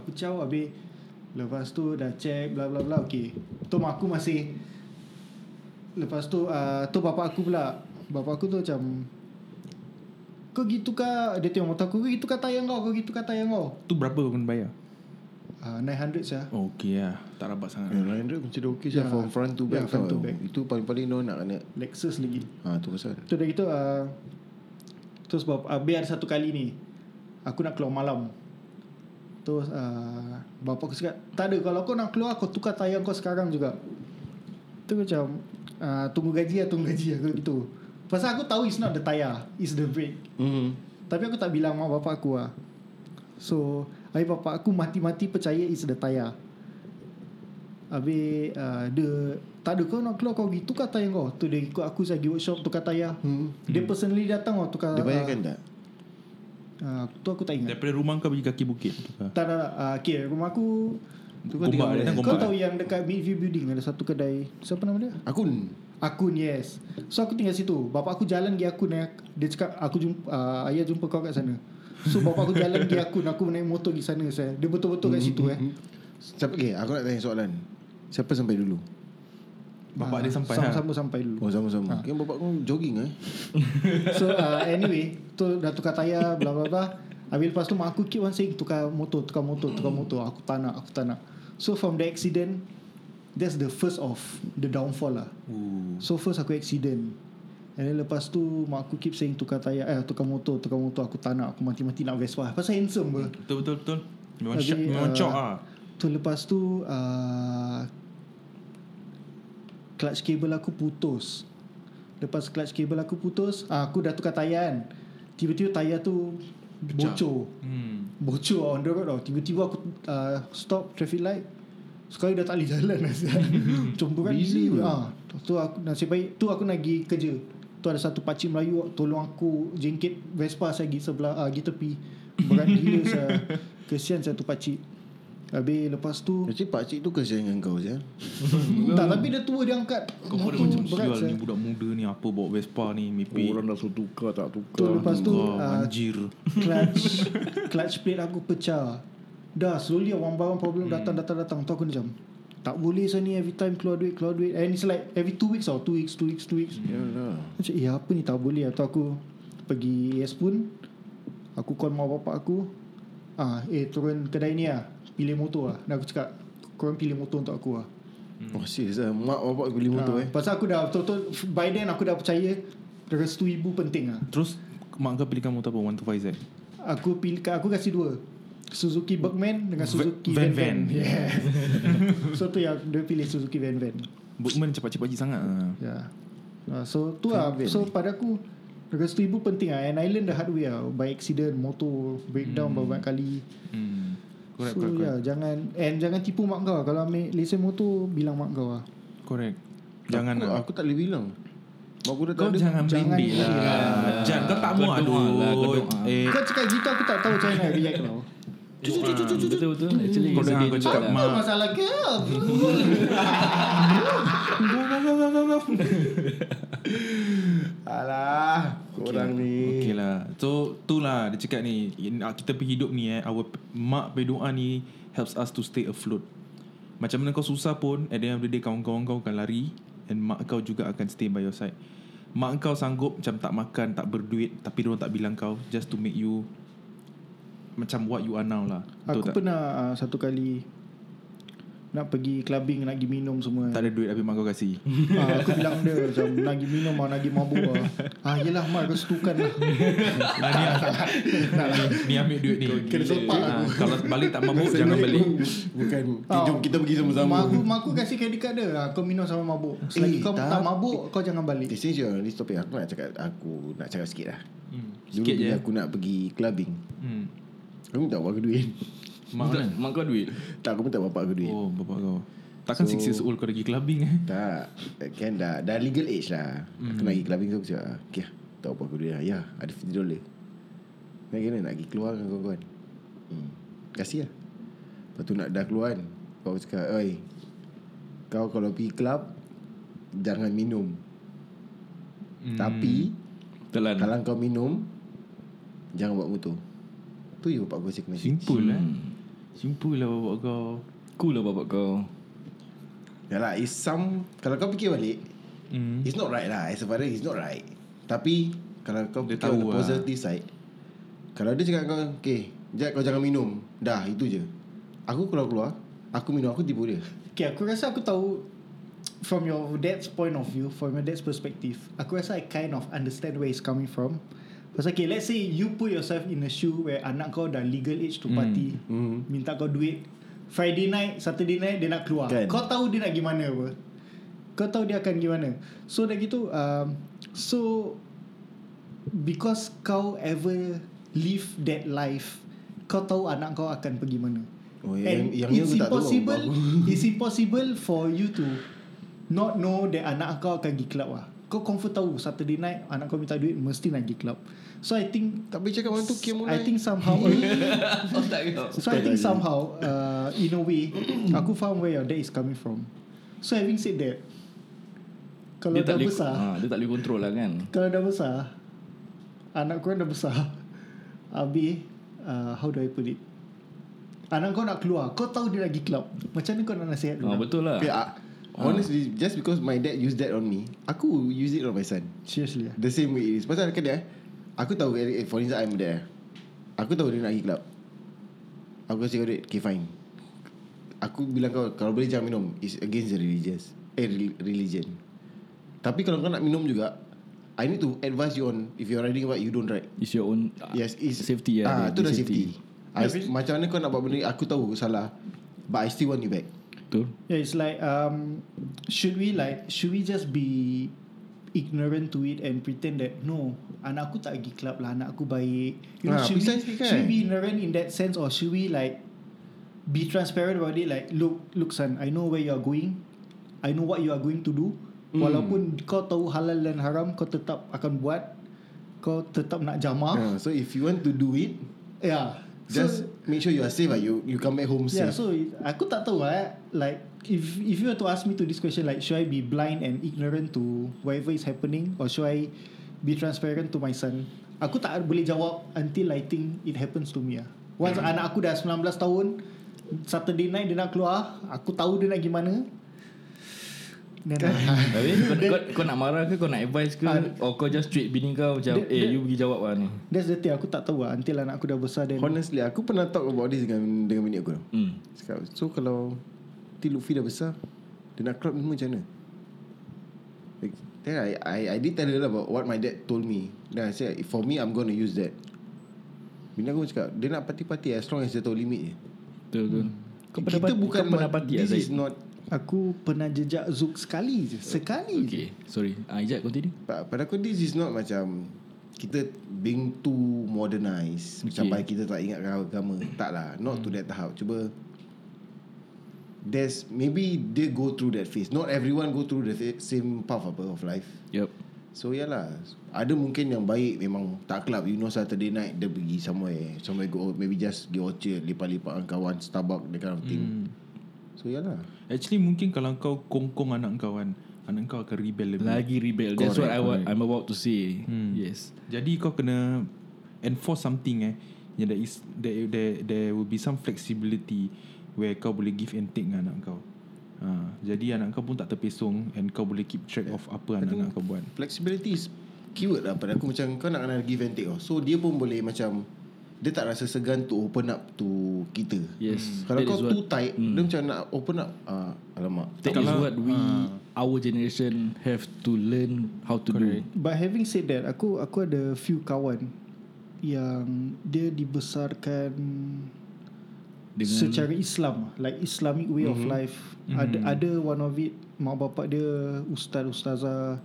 F: Aku caw habis Lepas tu dah check bla bla bla Okay Tu mak aku masih Lepas tu uh, Tu bapak aku pula Bapak aku tu macam Kau gitu kah Dia tengok motor aku Kau gitu kah tayang kau Kau gitu kah tayang kau
E: Tu berapa kau kena bayar
F: uh, 900 sah
E: Oh, Okay lah Tak rabak sangat
D: Yang
F: Hmm.
D: lain dia macam dia okey yeah.
F: Ya.
D: From front to
F: Ya,
D: back,
F: front
D: tau.
F: to back.
D: Itu paling-paling dia nak kena
F: Lexus lagi
D: Ha tu pasal
F: Tu dah gitu uh, Terus bap- uh, Biar satu kali ni Aku nak keluar malam Terus uh, Bapak aku cakap Tak ada kalau kau nak keluar Kau tukar tayang kau sekarang juga Tu macam uh, Tunggu gaji lah Tunggu gaji lah Kalau gitu Pasal aku tahu It's not the tayar It's the brake
D: mm.
F: Tapi aku tak bilang Mak bapak aku lah So Habis bapak aku mati-mati Percaya it's the tayar Habis uh, Dia Tak ada kau nak keluar Kau pergi tukar tayar kau Tu dia ikut aku Saya pergi workshop Tukar tayar hmm. Dia personally datang kau Tukar
D: Dia bayarkan tak?
F: uh, Tu aku tak ingat
E: Daripada rumah kau pergi kaki bukit tu kah?
F: Tak tak tak uh, Okay rumah aku
E: Gombak dia kan
F: Kau
E: gombak
F: tahu yang dekat Midview Building Ada satu kedai Siapa nama dia?
D: Akun
F: Akun yes So aku tinggal situ Bapak aku jalan pergi akun eh. Dia cakap aku jumpa, uh, Ayah jumpa kau kat sana So bapak aku jalan pergi akun Aku naik motor pergi sana saya. Dia betul-betul
E: Hmm,
F: kat situ eh
D: Siapa okay, aku nak tanya soalan Siapa sampai dulu?
E: Bapak dia sampai lah
F: Sama-sama Ah, sampai dulu
D: Oh sama-sama ha. Kan bapak kau jogging eh
F: So uh, anyway tu Dah tukar tayar bla bla bla Habis lepas tu mak aku keep on saying Tukar motor Tukar motor Tukar motor Aku tak nak Aku tak nak So from the accident That's the first of The downfall lah
E: Uh,
F: Ooh. So first aku accident And then lepas tu Mak aku keep saying Tukar tayar eh, Tukar motor Tukar motor Aku tak nak Aku mati-mati nak Vespa Pasal handsome ber
E: Betul betul betul Memang
F: Tapi,
E: shock Memang
F: uh,
E: shock lah
F: Tu lepas tu ah, uh, Clutch cable aku putus Lepas clutch cable aku putus ah, Aku dah tukar tayar kan Tiba-tiba tayar tu Bocor
E: Hmm.
F: Bocor on the road tau Tiba-tiba aku uh, Stop traffic light Sekali dah tak boleh jalan lah, Cumburan
D: Busy
F: gila
D: pun.
F: ha, tu aku Nasib baik Tu aku nak pergi kerja Tu ada satu pakcik Melayu Tolong aku Jengkit Vespa saya pergi sebelah uh, Pergi tepi Berat gila saya Kesian satu pakcik Habis lepas tu
D: Actually pakcik tu kesian dengan kau ya. je
F: Tak tapi dia tua dia angkat
E: Kau pun ada
F: Tu
E: macam
F: berat,
E: sial
F: saya.
E: ni budak muda ni apa bawa Vespa ni mimpi.
G: Orang dah suruh tukar tak
F: Tu
G: tukar
F: lepas tu
E: Kau
F: ah,
E: anjir.
F: clutch clutch plate aku pecah dah slowly one by
D: Hmm.
F: one problem datang datang datang tu aku macam tak boleh saya ni every time keluar duit keluar duit and it's like every two weeks tau two weeks two weeks two weeks
D: Yalah
F: macam eh apa ni tak boleh tu aku pergi AS pun aku call mak bapak aku ah eh turun kedai ni lah pilih motor lah dan aku cakap korang pilih motor untuk aku lah
E: Hmm.
D: Oh serius lah Mak bapak beli motor
F: Ah,
D: eh
F: pasal aku dah betul-betul by then aku dah percaya restu ibu penting lah
E: Terus mak kau pilihkan motor apa? 125Z.
F: Aku pilih aku kasih dua. Suzuki Bergman dengan Suzuki
E: Van
F: Van Van.
E: Van.
F: Yes. so tu yang dia pilih Suzuki Van Van.
E: Bookman cepat-cepat sangat. ah.
F: Ya. Yeah. so tu lah. So pada aku restu ibu penting lah. And I learn the hard way lah. By accident, motor, breakdown hmm. banyak kali.
E: Hmm. Correct,
F: so
E: correct, correct.
F: yeah, jangan and jangan tipu mak kau. lah. Kalau ambil lesen motor, bilang mak kau lah.
E: Correct. Jangan
D: aku,
E: lah.
D: aku tak boleh bilang Mak aku dah tak
E: Kau
D: ada
E: jangan berindik lah. Jangan kau tak mau
G: Kau doa
E: aduh.
G: lah, kau doa.
E: Eh,
F: Kau cakap gitu aku tak tahu macam mana nak react kau.
G: Betul-betul Actually
E: kau
G: it's
E: dengar kau
G: okay juga
E: cakap
G: lah.
F: Apa
E: mak.
F: masalah ke? Apa?
D: Alah Korang ni
E: Okay lah So tu lah Dia cakap ni in- ah, Kita pergi hidup ni eh Our p- mak berdoa ni Helps us to stay afloat Macam mana kau susah pun At the end of the day Kawan-kawan kau akan lari And mak kau juga akan stay by your side Mak kau sanggup Macam tak makan Tak berduit Tapi dia orang tak bilang kau Just to make you Macam what you are now lah Betul
F: Aku
E: tak?
F: pernah uh, satu kali nak pergi clubbing, nak pergi minum semua.
E: Tak ada duit Tapi mak kau kasih
F: ah, aku bilang dia macam nagi minum ah nagi mabuk ah. Ah yelah mak restukan lah.
E: ah, ni, ni ambil duit ni
D: Kena sepak
E: Ah,
D: lah.
E: Kalau balik tak mabuk Jangan Oh. balik
D: Bukan
F: Ah.
D: Jom kita pergi
F: mak
D: sama-sama
F: aku mak aku kasih credit card dia. Ah, kau minum sama mabuk.
D: Eh,
F: Selagi kau tak,
D: tak.
F: mabuk kau jangan balik.
D: This is your This topic aku nak cakap Aku nak cakap sikit lah
E: Hmm,
D: Dulu
E: Sikit je
D: bila aku nak pergi clubbing
E: hmm.
D: Aku minta bapak aku duit
E: Mak
G: Mak- Mak kau duit
D: Tak aku minta bapak aku duit
E: Oh bapak kau Takkan 6 years old kau pergi clubbing eh
D: Tak Kan dah Dah legal age lah
E: Hmm.
D: Aku nak pergi clubbing tu Aku cakap ah, Okay lah Tak apa aku duit lah Ya ada 50 dollar Nak kena nak pergi keluar dengan kawan-kawan hmm. Kasih lah Lepas tu nak dah keluar kan Kau aku cakap Oi Kau kalau pergi club Jangan minum
E: Hmm.
D: Tapi
G: Telan
D: Kalau kau minum Jangan buat motor Tu je bapak aku asyik message
E: Simple hmm. eh Simple lah bapak kau
G: Cool lah bapak kau
D: Yalah it's some Kalau kau fikir balik
E: hmm.
D: It's not right lah As a father It's not right Tapi Kalau kau
E: Dia
D: fikir on
E: tahu
D: the
E: lah.
D: positive side Kalau dia cakap kau Okay Jack kau jangan minum Dah itu je Aku kalau keluar Aku minum Aku tipu dia
F: Okay, aku rasa aku tahu from your dad's point of view, from your dad's perspective. Aku rasa I kind of understand where he's coming from. Pasal okay, let's say you put yourself in a shoe where anak kau dah legal age to party,
D: Hmm.
F: minta kau duit. Friday night, Saturday night dia nak keluar.
D: Kan.
F: Kau tahu dia nak gimana apa? Kau tahu dia akan gimana. So dah gitu um, so because kau ever live that life, kau tahu anak kau akan pergi mana.
D: Oh, yang-
F: And
D: yang ni
F: it's
D: aku tak tahu,
F: impossible
D: bagus.
F: It's impossible for you to Not know that anak kau akan pergi club lah Kau confirm tahu Saturday night Anak kau minta duit Mesti nak pergi club So I think
D: Tak boleh cakap orang tu kira mulai
F: I think somehow So I think somehow uh, In a way Aku faham where your dad is coming from So having said that Kalau
G: Dia
F: dah
G: tak boleh
F: besar
G: ha, Dia tak boleh control lah kan
F: Kalau dah besar Anak kau dah besar Habis uh, How do I put it Anak kau nak keluar Kau tahu dia lagi club Macam mana kau nak nasihat
G: ha,
F: dulu
G: Betul lah
D: okay, ah, Honestly Just because my dad used that on me Aku use it on my son
F: Seriously lah
D: The same way it is Pasal kan dia Aku tahu eh, For instance I'm there Aku tahu dia nak pergi club Aku kasi kau duit Okay fine Aku bilang kau Kalau boleh jangan minum It's against the religious Eh re- religion Tapi kalau kau nak minum juga I need to advise you on If you're riding a bike You don't ride
G: It's your own ah,
D: Yes it's
G: Safety
D: ah,
G: lah
D: Itu dah safety, I, Macam mana kau nak buat benda ni, Aku tahu salah But I still want you back
G: Betul
F: Yeah it's like um, Should we like Should we just be ignorant to it and pretend that no anak aku tak pergi club lah anak aku baik you
D: Ah,
F: know, should, we,
D: precisely kan?
F: should we be ignorant in that sense or should we like be transparent about it like look look son I know where you are going I know what you are going to do
D: Hmm.
F: mm. walaupun kau tahu halal dan haram kau tetap akan buat kau tetap nak jamah
D: Ah, so if you want to do it,
F: yeah, yeah.
D: just make sure you are safe. ah. You you come back home
F: Yeah,
D: safe.
F: so aku tak tahu lah. Like if if you were to ask me to this question, like should I be blind and ignorant to whatever is happening, or should I be transparent to my son? Aku tak boleh jawab until I think it happens to me lah. Once anak aku dah 19 tahun, Saturday night dia nak keluar, aku tahu dia nak gimana. Then I,
G: Tapi kau, kau, kau nak marah ke Kau nak advice ke Or kau just treat bini kau Macam
F: Dia-
G: Eh
F: dia-
G: you pergi jawab lah ni
F: that's the thing aku tak tahu lah until anak aku dah besar then.
D: Honestly, aku pernah talk about this dengan dengan bini aku. tau.
G: hmm.
D: Cakap, so kalau nanti Luffy dah besar, dia nak club ni macam mana? Like, then I, I, I did tell her about what my dad told me. Then I said, for me, I'm going to use that. Bini aku cakap, dia nak party-party as long as dia tahu limit je.
G: Betul betul Kau pernah
D: Kita
G: pat-
D: bukan
G: Kau pernah
D: ma-
G: pati
D: This is not
F: Aku pernah jejak Zook sekali je, sekali.
G: Okay sorry ah, Ijat continue
D: Pa- Pada aku this is not macam Kita being too modernized okay. Sampai kita tak ingat agama Tak lah Not hmm. to that tahap Cuba There's Maybe they go through that phase Not everyone go through the sa- same path apa of life
G: Yup
D: So ya lah Ada mungkin yang baik memang Tak club You know Saturday night Dia pergi somewhere Somewhere go Maybe just Di Orchard Lepak-lepak dengan kawan Starbucks That kind of thing hmm. So ya lah
E: Actually mungkin kalau kau kongkong anak kau kan Anak kau akan rebel lebih
G: Lagi rebel That's what I wa- I'm about to say Yes
E: Jadi kau kena enforce something eh yang there is there, there there will be some flexibility where kau boleh give and take dengan anak kau. Ha, jadi anak kau pun tak terpesong and kau boleh keep track of apa anak-anak kau buat.
D: Flexibility is keyword lah pada aku macam kau nak kena give and take tau. So dia pun boleh macam dia tak rasa segan to open up to kita. Hmm.
G: Yes,
D: Kalau
G: that
D: kau
G: is what- Hmm.
D: too tight, dia macam nak open up ah alamak.
G: That is what we
D: Ah.
G: Our generation Have to learn How to do
F: But having said that, aku aku ada few kawan yang dia dibesarkan
G: Dengan-
F: Dengan secara Islam, like Islamic way mm-hmm. of life. Mm-hmm. Ada ada one of it mak bapak dia ustaz ustazah.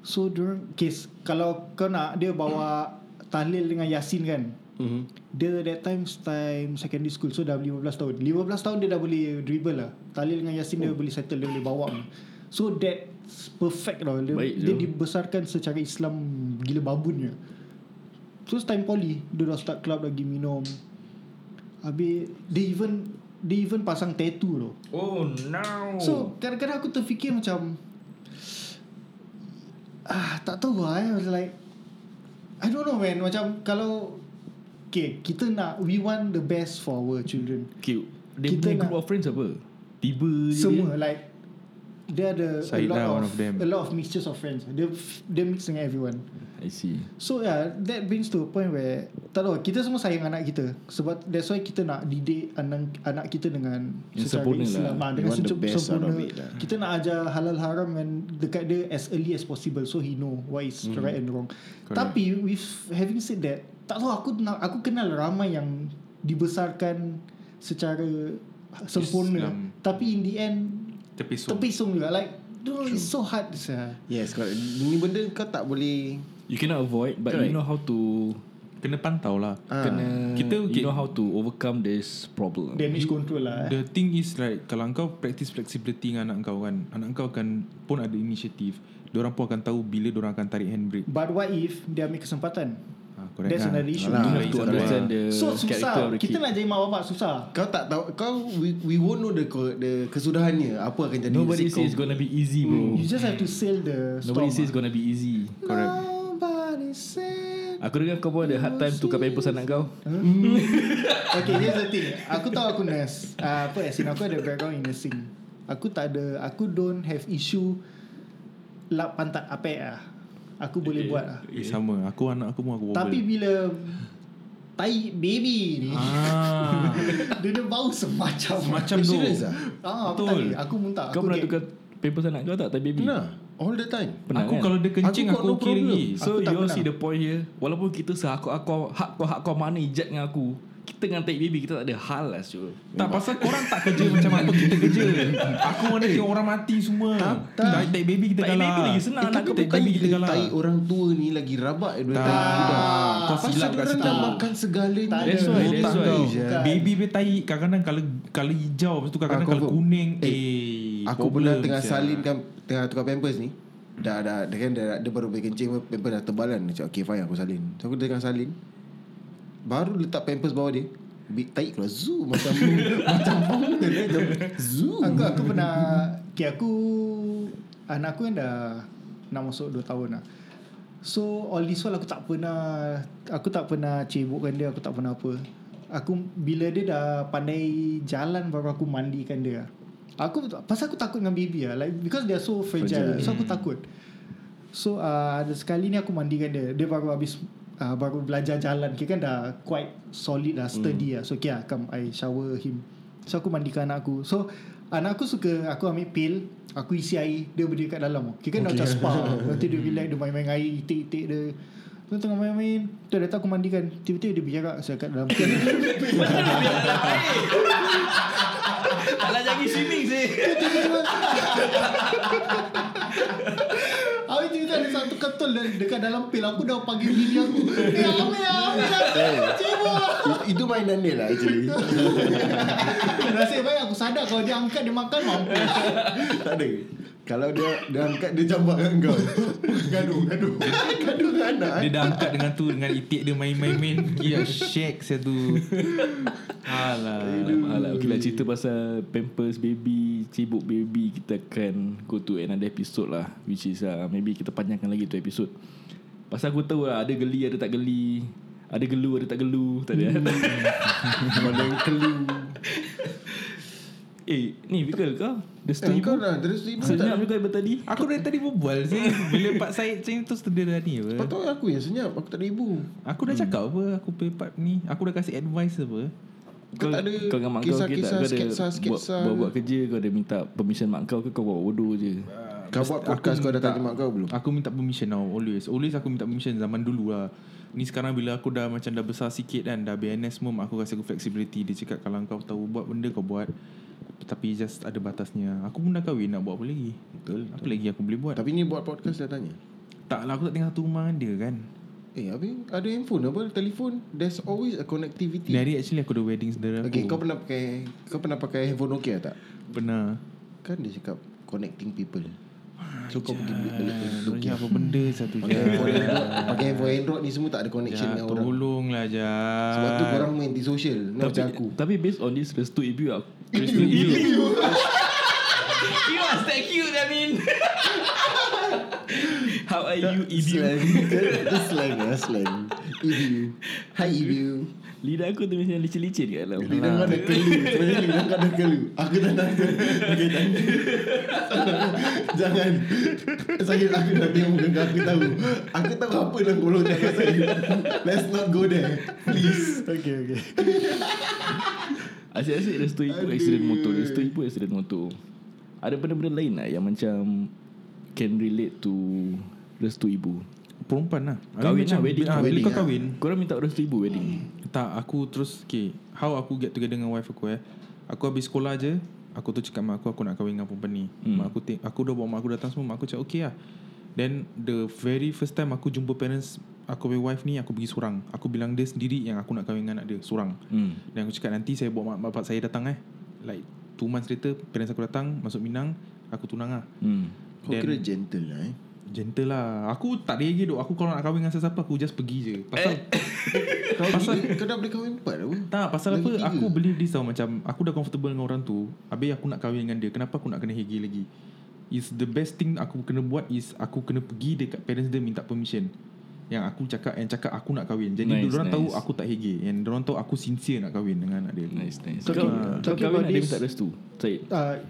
F: So during case kalau kau nak dia bawa tahlil dengan yasin kan. Mm-hmm. Dia that time time secondary school so dah 15 tahun. 15 tahun dia dah boleh dribble lah. Tahlil dengan yasin oh. dia boleh settle dia boleh bawa. So that's perfect lah. Dia,
G: Baik
F: dia
G: tu.
F: dibesarkan secara Islam gila babunnya. Terus time poly Dia dah start club lagi minum Habis Dia even Dia even pasang tattoo tu
G: Oh no
F: So kadang-kadang aku terfikir macam ah Tak tahu lah eh. I was like I don't know man Macam kalau Okay Kita nak We want the best for our children
G: Okay Dia
F: Kita
G: punya
F: nak-
G: group of friends apa Tiba je
F: Semua
G: dia.
F: like Dia ada a
E: Syed
F: lot
E: lah
F: of,
E: one of them.
F: A lot of mixtures of friends Dia, dia mix dengan everyone
G: I see
F: So yeah, that brings to a point where tak tahu kita semua sayang anak kita sebab that's why kita nak didik anak anak kita dengan
G: Yang sempurna
F: secara
G: lah.
F: ah,
D: We
F: dengan
D: want the
F: sempurna,
D: best out of
F: sempurna.
D: it lah.
F: Kita nak ajar halal haram and dekat dia as early as possible so he know what is
D: Mm-hmm.
F: mm. right and wrong. Correct. Tapi with having said that, tak tahu aku nak aku kenal ramai yang dibesarkan secara sempurna
E: Islam.
F: tapi in the end
E: Terpesong.
F: terpisung juga like no, it's so hard sah.
D: Yes, kalau ni benda kau tak boleh
G: You cannot avoid But you
D: Correct.
G: know how to
E: Kena pantau lah.
G: Kena
E: Kita okay.
G: You know how to overcome this problem
F: Damage control lah. Eh.
E: The thing is like Kalau kau practice flexibility Dengan anak kau kan Anak kau akan Pun ada inisiatif Diorang pun akan tahu Bila diorang akan tarik handbrake
F: But what if dia ambil kesempatan?
E: ha, correct
F: That's
E: lah.
F: another issue.
D: Alah,
G: You have to
D: Correct.
E: Ah,
G: understand the
F: So
G: character of
F: susah
G: the
F: Kita
G: kid.
F: nak jadi mak bapak susah
D: kau tak tahu kau we, we won't know the, co- the kesudahannya apa akan jadi
G: Nobody
D: resiko.
G: says it's gonna be easy bro
F: Mm, You just have to sail the storm
G: Nobody says it's gonna be easy
F: Correct Nobody said
G: Aku dengar kau pun ada hard time Tukar pampers anak kau
F: Okay here's the thing Aku tahu aku nurse uh, Apa as in aku ada background in nursing Aku tak ada Aku don't have issue Lap pantat apek lah Aku boleh buat lah
E: eh, Sama Aku anak aku pun aku bobol
F: Tapi bila Tai baby ni
E: ah,
F: Dia dia bau semacam
E: Macam tu
D: Serious ah?
F: ah, aku, tak
E: Betul.
F: boleh. aku muntah
G: Kau
F: aku
G: pernah
F: get-
G: tukar pampers anak kau tak Tak baby
D: Pernah all the time.
G: Pernah
E: Aku
G: kan?
E: kalau dia kencing
D: Aku got
E: Aku,
D: no
E: okey
D: problem.
E: lagi
G: So
F: Aku tak
G: you all
F: pernah.
G: see the point here Walaupun kita sehaku aku Hak kau hak kau mana ijat dengan aku Kita dengan Tech Baby Kita tak ada hal lah Syul
E: Tak pasal korang tak kerja Macam apa kita kerja Aku mana tengok orang mati semua Tak tak Take baby kita lah.
G: Tak,
E: kalah
G: baby lagi senang
D: Eh,
G: nak
D: tapi
G: kau lah.
D: bukan tai orang tua ni lagi rabak daripada
E: Tak.
D: tai budak.
E: Kau
D: Pasal
E: silap kat
D: orang
E: situ
D: dah makan segalanya.
G: That's why That's
E: Otak
G: why
E: kau Baby punya tai Kadang-kadang kala, kala hijau Lepas tu kadang-kadang
D: Ah,
E: kala
D: confirm.
E: kuning
D: Eh,
E: Eh
D: Aku
E: problem
D: pernah tengah
E: sial.
D: salinkan Tengah tukar pampers ni Dah dah Dia kan dah, dia baru pergi kencing Pampers dah tebal kan Dia cakap okay fine aku salin So aku tengah salin Baru letak pampers bawah dia Big tahi keluar Zoom Macam Macam fountain eh. Macam Zoom
F: Aku aku pernah Okay aku Anak aku kan dah Nak masuk 2 tahun lah So all this while aku tak pernah Aku tak pernah cebokkan dia Aku tak pernah apa Aku Bila dia dah pandai jalan Baru aku mandikan dia Aku Pasal aku takut dengan baby lah like, Because they are so fragile, fragile. So aku takut So uh, ada sekali ni aku mandikan dia Dia baru habis uh, Baru belajar jalan Dia kan dah quite solid lah Sturdy lah So okay lah come I shower him So aku mandikan anak aku So anak aku suka Aku ambil pil Aku isi air Dia berdiri kat dalam Dia kan okay. dah macam spa Nanti dia relax Dia main-main air Itik-itik dia Tu tengah main-main Tu dah tahu aku mandikan Tiba-tiba dia berjarak Saya kat dalam pil
G: Alah jangan swimming sih
F: Habis tiba-tiba ada satu ketul de- Dekat dalam pil Aku dah panggil bini aku Eh ambil ambil ambil Cibuk
D: It- Itu mainan dia lah actually
F: Nasib baik aku sadar kalau dia angkat dia makan mampus.
D: Tak ada Kalau dia Dia angkat dia jambak kat kau Gaduh Gaduh Gaduh dengan anak
E: Dia
D: eh. Ya,
E: dah angkat dengan tu Dengan itik dia main-main-main Gila shake saya tu
G: Alah, alah. Okay lah cerita pasal Pampers baby Cibuk baby Kita akan Go to another episode lah Which is uh, Maybe kita panjangkan lagi tu episode Pasal aku tahu lah Ada geli ada tak geli Ada gelu ada tak gelu Tak ada Mana yang kelu Eh ni Fikal kau Dia
D: Eh,
G: setuju
D: Kau dah Terus ibu tak
G: Senyap juga daripada tadi
E: Aku dari tadi berbual sih Bila Pak Said macam tu Dia dah ni apa
D: Patut lah aku yang senyap Aku tak ada ibu
E: Aku
D: Hmm.
E: dah cakap apa Aku pay part ni Aku dah kasih advice apa
D: Kau tak ada
G: kau dengan mak kau
D: kisah-kisah,
G: okay tak? Kau ada
D: sketsa-sketsa
G: buat, buat, buat kerja Kau ada minta permission mak kau ke Kau buat bodoh je
D: Kau buat podcast Kau dah tanya mak kau belum
E: Aku minta permission now Always Always aku minta permission Zaman dulu lah Ni sekarang bila aku dah Macam dah besar sikit kan Dah BNS semua Mak aku kasi aku flexibility Dia cakap kalau kau tahu Buat benda kau buat Tapi just ada batasnya Aku pun dah kahwin Nak buat apa lagi Betul Apa lagi aku boleh buat
D: Tapi ni buat podcast dah tanya
E: Tak lah aku tak tinggal satu rumah dengan dia kan
D: Eh habis ada handphone apa telefon There's always a connectivity
E: Dari actually aku ada wedding saudara aku
D: Okay kau pernah pakai Kau pernah pakai handphone Nokia tak
E: Pernah
D: Kan dia cakap Connecting people So kau pergi beli beli
E: Lagi apa benda satu je
D: Pakai handphone Android Pakai handphone Android ni semua tak ada connection
E: Jahat,
D: dengan orang
E: Tolonglah Jahat
D: Sebab tu korang main di social Nak macam aku
G: Tapi based on this Restu ibu aku Restu
E: Ibu.
G: ibu You are that cute I mean How are you ibu
D: Slang Itu slang lah slang Ibu Hi E Ibu
G: Lidah aku tu macam licin-licin kat dalam
D: Lidah kau ada kelu Sebenarnya lidah kau ada kelu Aku tak nak Okay tak Jangan Saya aku dah tengok muka kau Aku tahu Aku tahu apa dalam kolong jangan saya Let's not go there Please
F: okay, okay.
G: Asyik-asyik restu ibu accident motor Restu ibu accident motor Ada benda-benda lain lah Yang macam Can relate to Restu ibu
E: Perempuan lah
G: Kahwin
E: Habis
G: lah, wedding.
E: ah, Bila
D: Wedding
E: kau
D: lah.
E: kahwin
G: Korang minta restu ibu wedding
E: Tak aku terus Okay How aku get together dengan wife aku eh Aku habis sekolah je Aku tu cakap mak aku Aku nak kahwin dengan perempuan ni hmm. Mak aku think, Aku dah bawa mak aku datang semua Mak aku cakap okay lah Then the very first time Aku jumpa parents Aku punya wife ni Aku pergi sorang Aku bilang dia sendiri Yang aku nak kahwin dengan anak dia Sorang
G: Hmm
E: Dan aku cakap nanti saya bawa mak bapak saya datang eh Like two months later Parents aku datang Masuk Minang Aku tunang lah
G: Hmm
D: Kau
E: Then-
D: kira gentle lah eh
E: Gentle lah Aku tak regi duk Aku kalau nak kahwin dengan sesiapa Aku just pergi je Pasal
D: Kau,
E: Pasal-
D: kau dah boleh kahwin empat apa?
E: Tak pasal
D: Lagi
E: apa
D: tiga.
E: Aku believe this tau Macam aku dah comfortable dengan orang tu Habis aku nak kahwin dengan dia Kenapa aku nak kena hegi lagi Is the best thing aku kena buat Is aku kena pergi dekat parents dia Minta permission Yang aku cakap Yang cakap aku nak kahwin Jadi
G: Nice,
E: nice, diorang
G: nice.
E: nice. tahu aku tak hegi And diorang tahu aku sincere nak kahwin Dengan anak dia
G: Nice nice
F: Talking-
G: Kau, kau
F: talking
G: kahwin
F: about
G: ada
F: this-
G: minta restu Said
F: Uh,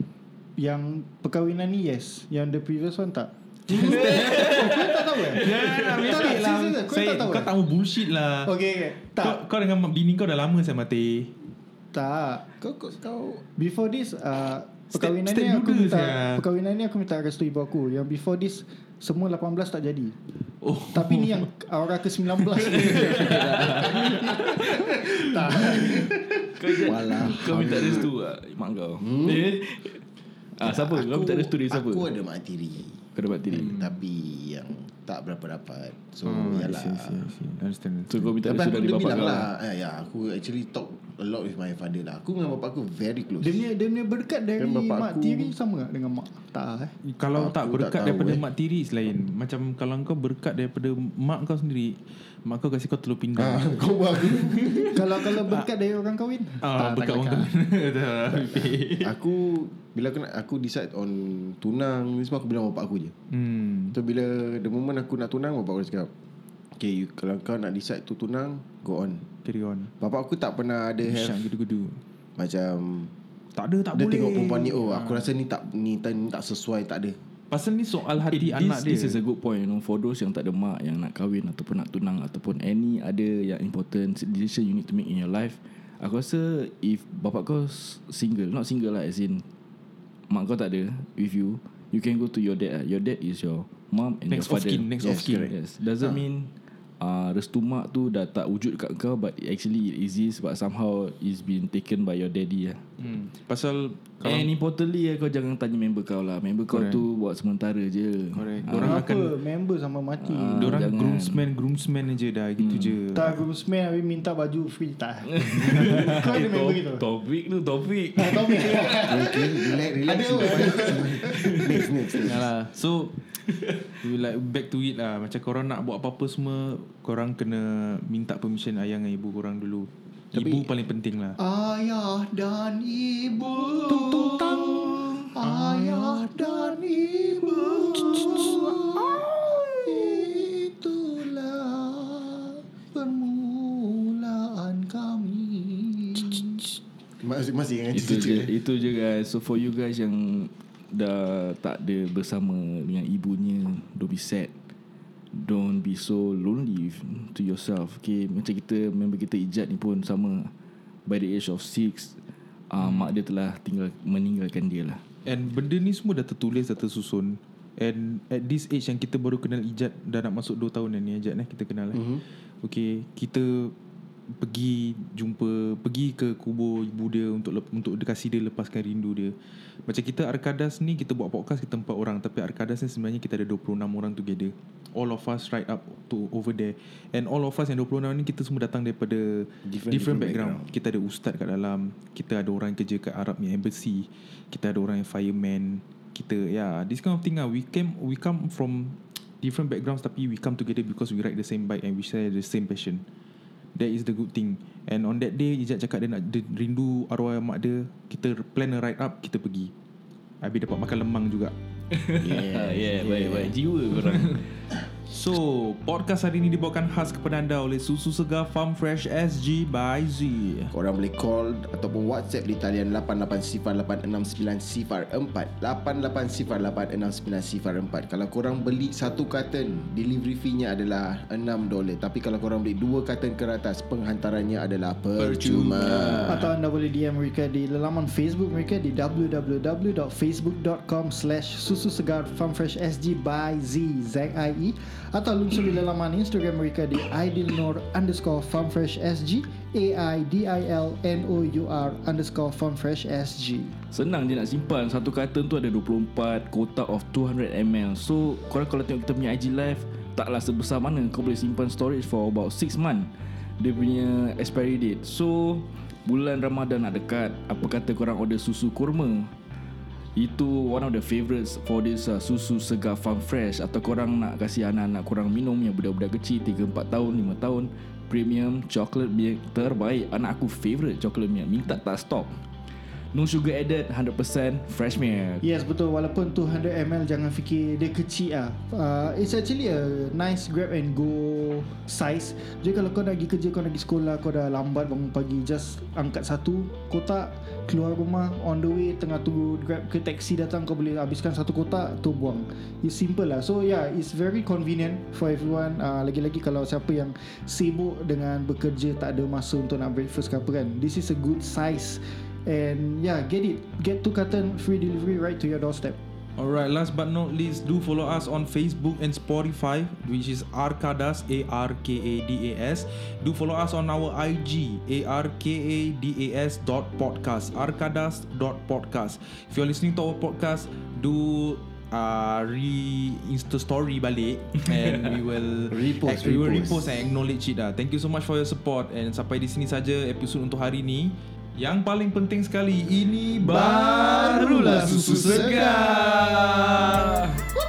F: yang perkahwinan ni yes. Yang the previous one tak. kau tak tahu eh?
E: Jangan
F: Tak, tak,
E: ambil lah
F: serius, serius. Kau
E: Saya,
F: tak tahu
E: Kau
F: eh?
E: tak mau bullshit lah
F: Okay, okay. Tak.
E: Kau, kau dengan bini kau dah lama saya mati
F: Tak.
D: Kau, kau, kau
F: Before this, uh,
E: Step-
F: perkahwinan
E: step ya.
F: ni aku
E: dulu
F: minta
E: saya.
F: perkahwinan ni aku minta restu ibu aku. Yang before this Semua 18 tak jadi
E: Oh.
F: Tapi ni yang Aura ke 19 Tak
G: Kau je
D: Walah.
G: Kau minta restu ah, Mak kau hmm? ah, Siapa? Kau minta restu dari siapa?
D: Aku Hmm. ada mak tiri.
G: Kau dapat tiri
D: Tapi yang tak berapa dapat. So, hmm,
F: Ah.
D: yalah.
E: I see, I see. Understand
G: So kau minta
D: Tapi
G: restu
D: aku
G: dari
D: dia
G: bapak
D: bilang
G: kau
D: lah.
G: lah
D: Eh, ya, aku actually talk a lot with my father lah. Aku dengan bapak aku very close.
F: Dia punya, dia punya berkat dari
D: Kan bapak
F: mak
D: aku-
F: tiri sama tak dengan mak? Tak eh
E: Kalau
D: Aku
E: tak
D: tak
E: berkat
D: tahu,
E: daripada
D: eh.
E: mak tiri is lain Macam kalau kau berkat daripada mak kau sendiri Mak kau kasi kau telur pinggang
D: Kau buat aku.
F: Kalau kalau berkat dari orang kahwin
E: Ah,
F: Tak,
E: berkat
F: tak
E: orang
F: cakap.
E: kahwin Tak, Fik.
D: aku bila aku nak aku decide on tunang ni semua aku bilang bapak aku je.
E: Hmm
D: So bila the moment aku nak tunang bapak aku cakap, "Okay, you, kalau kau nak decide tu tunang, go on."
E: Carry on
D: Bapak aku tak pernah ada have
E: Syang gedu-gedu
D: macam
E: Tak ada tak
D: dia
E: boleh
D: tengok perempuan ni oh aku rasa ni tak ni, tak, ni tak sesuai tak ada.
E: Pasal ni soal hati
G: Eh,
E: anak
G: this,
E: dia
G: This is a good point you know, For those yang tak ada mak Yang nak kahwin Ataupun nak tunang Ataupun any other Yang important Decision you need to make in your life Aku rasa If bapak kau s- single Not single lah As in Mak kau tak ada With you You can go to your dad lah. Your dad is your Mom and
E: Next
G: your
E: of
G: father
E: kin Next Ah. of
D: Yes,
E: kin
D: correct.
G: Yes Doesn't mean uh, Restu mak tu Dah tak wujud kat kau But actually it exists But somehow It's been taken by your daddy lah
E: Hmm. Pasal
G: kalau And importantly eh, Kau jangan tanya member kau lah Member kau tu Buat sementara je
E: Correct.
G: Ah,
E: Orang
F: Kenapa
E: akan
F: member sama mati
G: Ah,
E: Diorang
G: jangan. Hmm.
E: groomsman Groomsman je dah Gitu je
F: Tak groomsman Habis minta baju free tak Kau ada member gitu
G: Topik Eh, tu topik
F: Tak tahu
D: Okay, relax, relax. next, next, next.
E: Yalah. So we like back to it lah Macam korang nak buat apa-apa semua Korang kena minta permission ayah dengan ibu korang dulu Tapi, Ibu paling penting lah
C: Ayah dan ibu Tung tung tang Ayah dan ibu Itulah Permulaan kami
D: Masih masih dengan
G: Itu
D: cerita.
G: je Itu je guys So for you guys yang Dah tak ada bersama Dengan ibunya Don't be sad Don't be so lonely f- To yourself Okay Macam kita Member kita Ijat ni pun sama By the age of 6 uh, Mak dia telah tinggal Meninggalkan dia lah
E: And benda ni semua dah tertulis Dah tersusun And at this age yang kita baru kenal Ijat Dah nak masuk 2 tahun dah ni Ijat nah, kita kenal lah mm-hmm. Okay Kita pergi jumpa pergi ke kubur ibu dia untuk lep, untuk dia kasi dia lepaskan rindu dia. Macam kita Arkadas ni kita buat podcast kita empat orang tapi Arkadas ni sebenarnya kita ada 26 orang together. All of us right up to over there and all of us yang 26 ni kita semua datang daripada different, different, different background. background. Kita ada ustaz kat dalam, kita ada orang kerja kat Arab ni embassy, kita ada orang yang fireman, kita ya yeah, this kind of thing ah we came we come from different backgrounds tapi we come together because we ride the same bike and we share the same passion. That is the good thing And on that day Ijat cakap dia nak dia Rindu arwah mak dia Kita plan a ride up Kita pergi Habis dapat makan lemang juga
G: Yeah Yeah Baik-baik Jiwa korang
E: So Podcast hari ini dibawakan khas kepada anda Oleh Susu Segar Farm Fresh SG by Z
D: Korang boleh call ataupun WhatsApp di talian 88086904 88086904 Kalau korang beli satu carton, delivery fee-nya adalah $6. Tapi kalau korang beli dua carton ke atas, penghantarannya adalah percuma.
F: Atau anda boleh DM mereka di laman Facebook mereka di www.facebook.com slash susu segar farm fresh sg by z z i e atau lungsuri laman Instagram mereka di idilnor underscore farm fresh sg a i d i l n o u r underscore farm fresh sg
G: Senang je nak simpan Satu carton tu ada 24 Kotak of 200ml So korang kalau tengok kita punya IG live Taklah sebesar mana Kau boleh simpan storage for about 6 month Dia punya expiry date So Bulan Ramadan nak dekat Apa kata korang order susu kurma itu one of the favourites for this uh, susu segar farm fresh atau korang nak kasih anak-anak korang minum yang budak-budak kecil 3 4 tahun 5 tahun premium chocolate milk terbaik anak aku favourite chocolate milk minta tak stop no sugar added 100% fresh milk
F: Yes betul walaupun 200ml jangan fikir dia kecil ah. Uh, it's actually a nice grab and go size. Jadi kalau kau nak pergi kerja kau nak pergi sekolah kau dah lambat bangun pagi just angkat satu kotak keluar rumah on the way tengah tunggu grab ke taxi datang kau boleh habiskan satu kotak tu buang. It's simple lah. So yeah it's very convenient for everyone. Uh, lagi-lagi kalau siapa yang sibuk dengan bekerja tak ada masa untuk nak breakfast ke apa kan. This is a good size And yeah, get it. Get two carton free delivery right to your doorstep.
E: Alright, last but not least, do follow us on Facebook and Spotify, which is Arkadas A R K A D A S. Do follow us on our IG A R K A D A S dot podcast Arkadas dot podcast. If you're listening to our podcast, do uh, re Insta story balik and we will
D: Repost,
E: we will
D: repost.
E: repost and acknowledge it. Lah. Thank you so much for your support and sampai di sini saja episod untuk hari ini. Yang paling penting sekali ini barulah susu segar.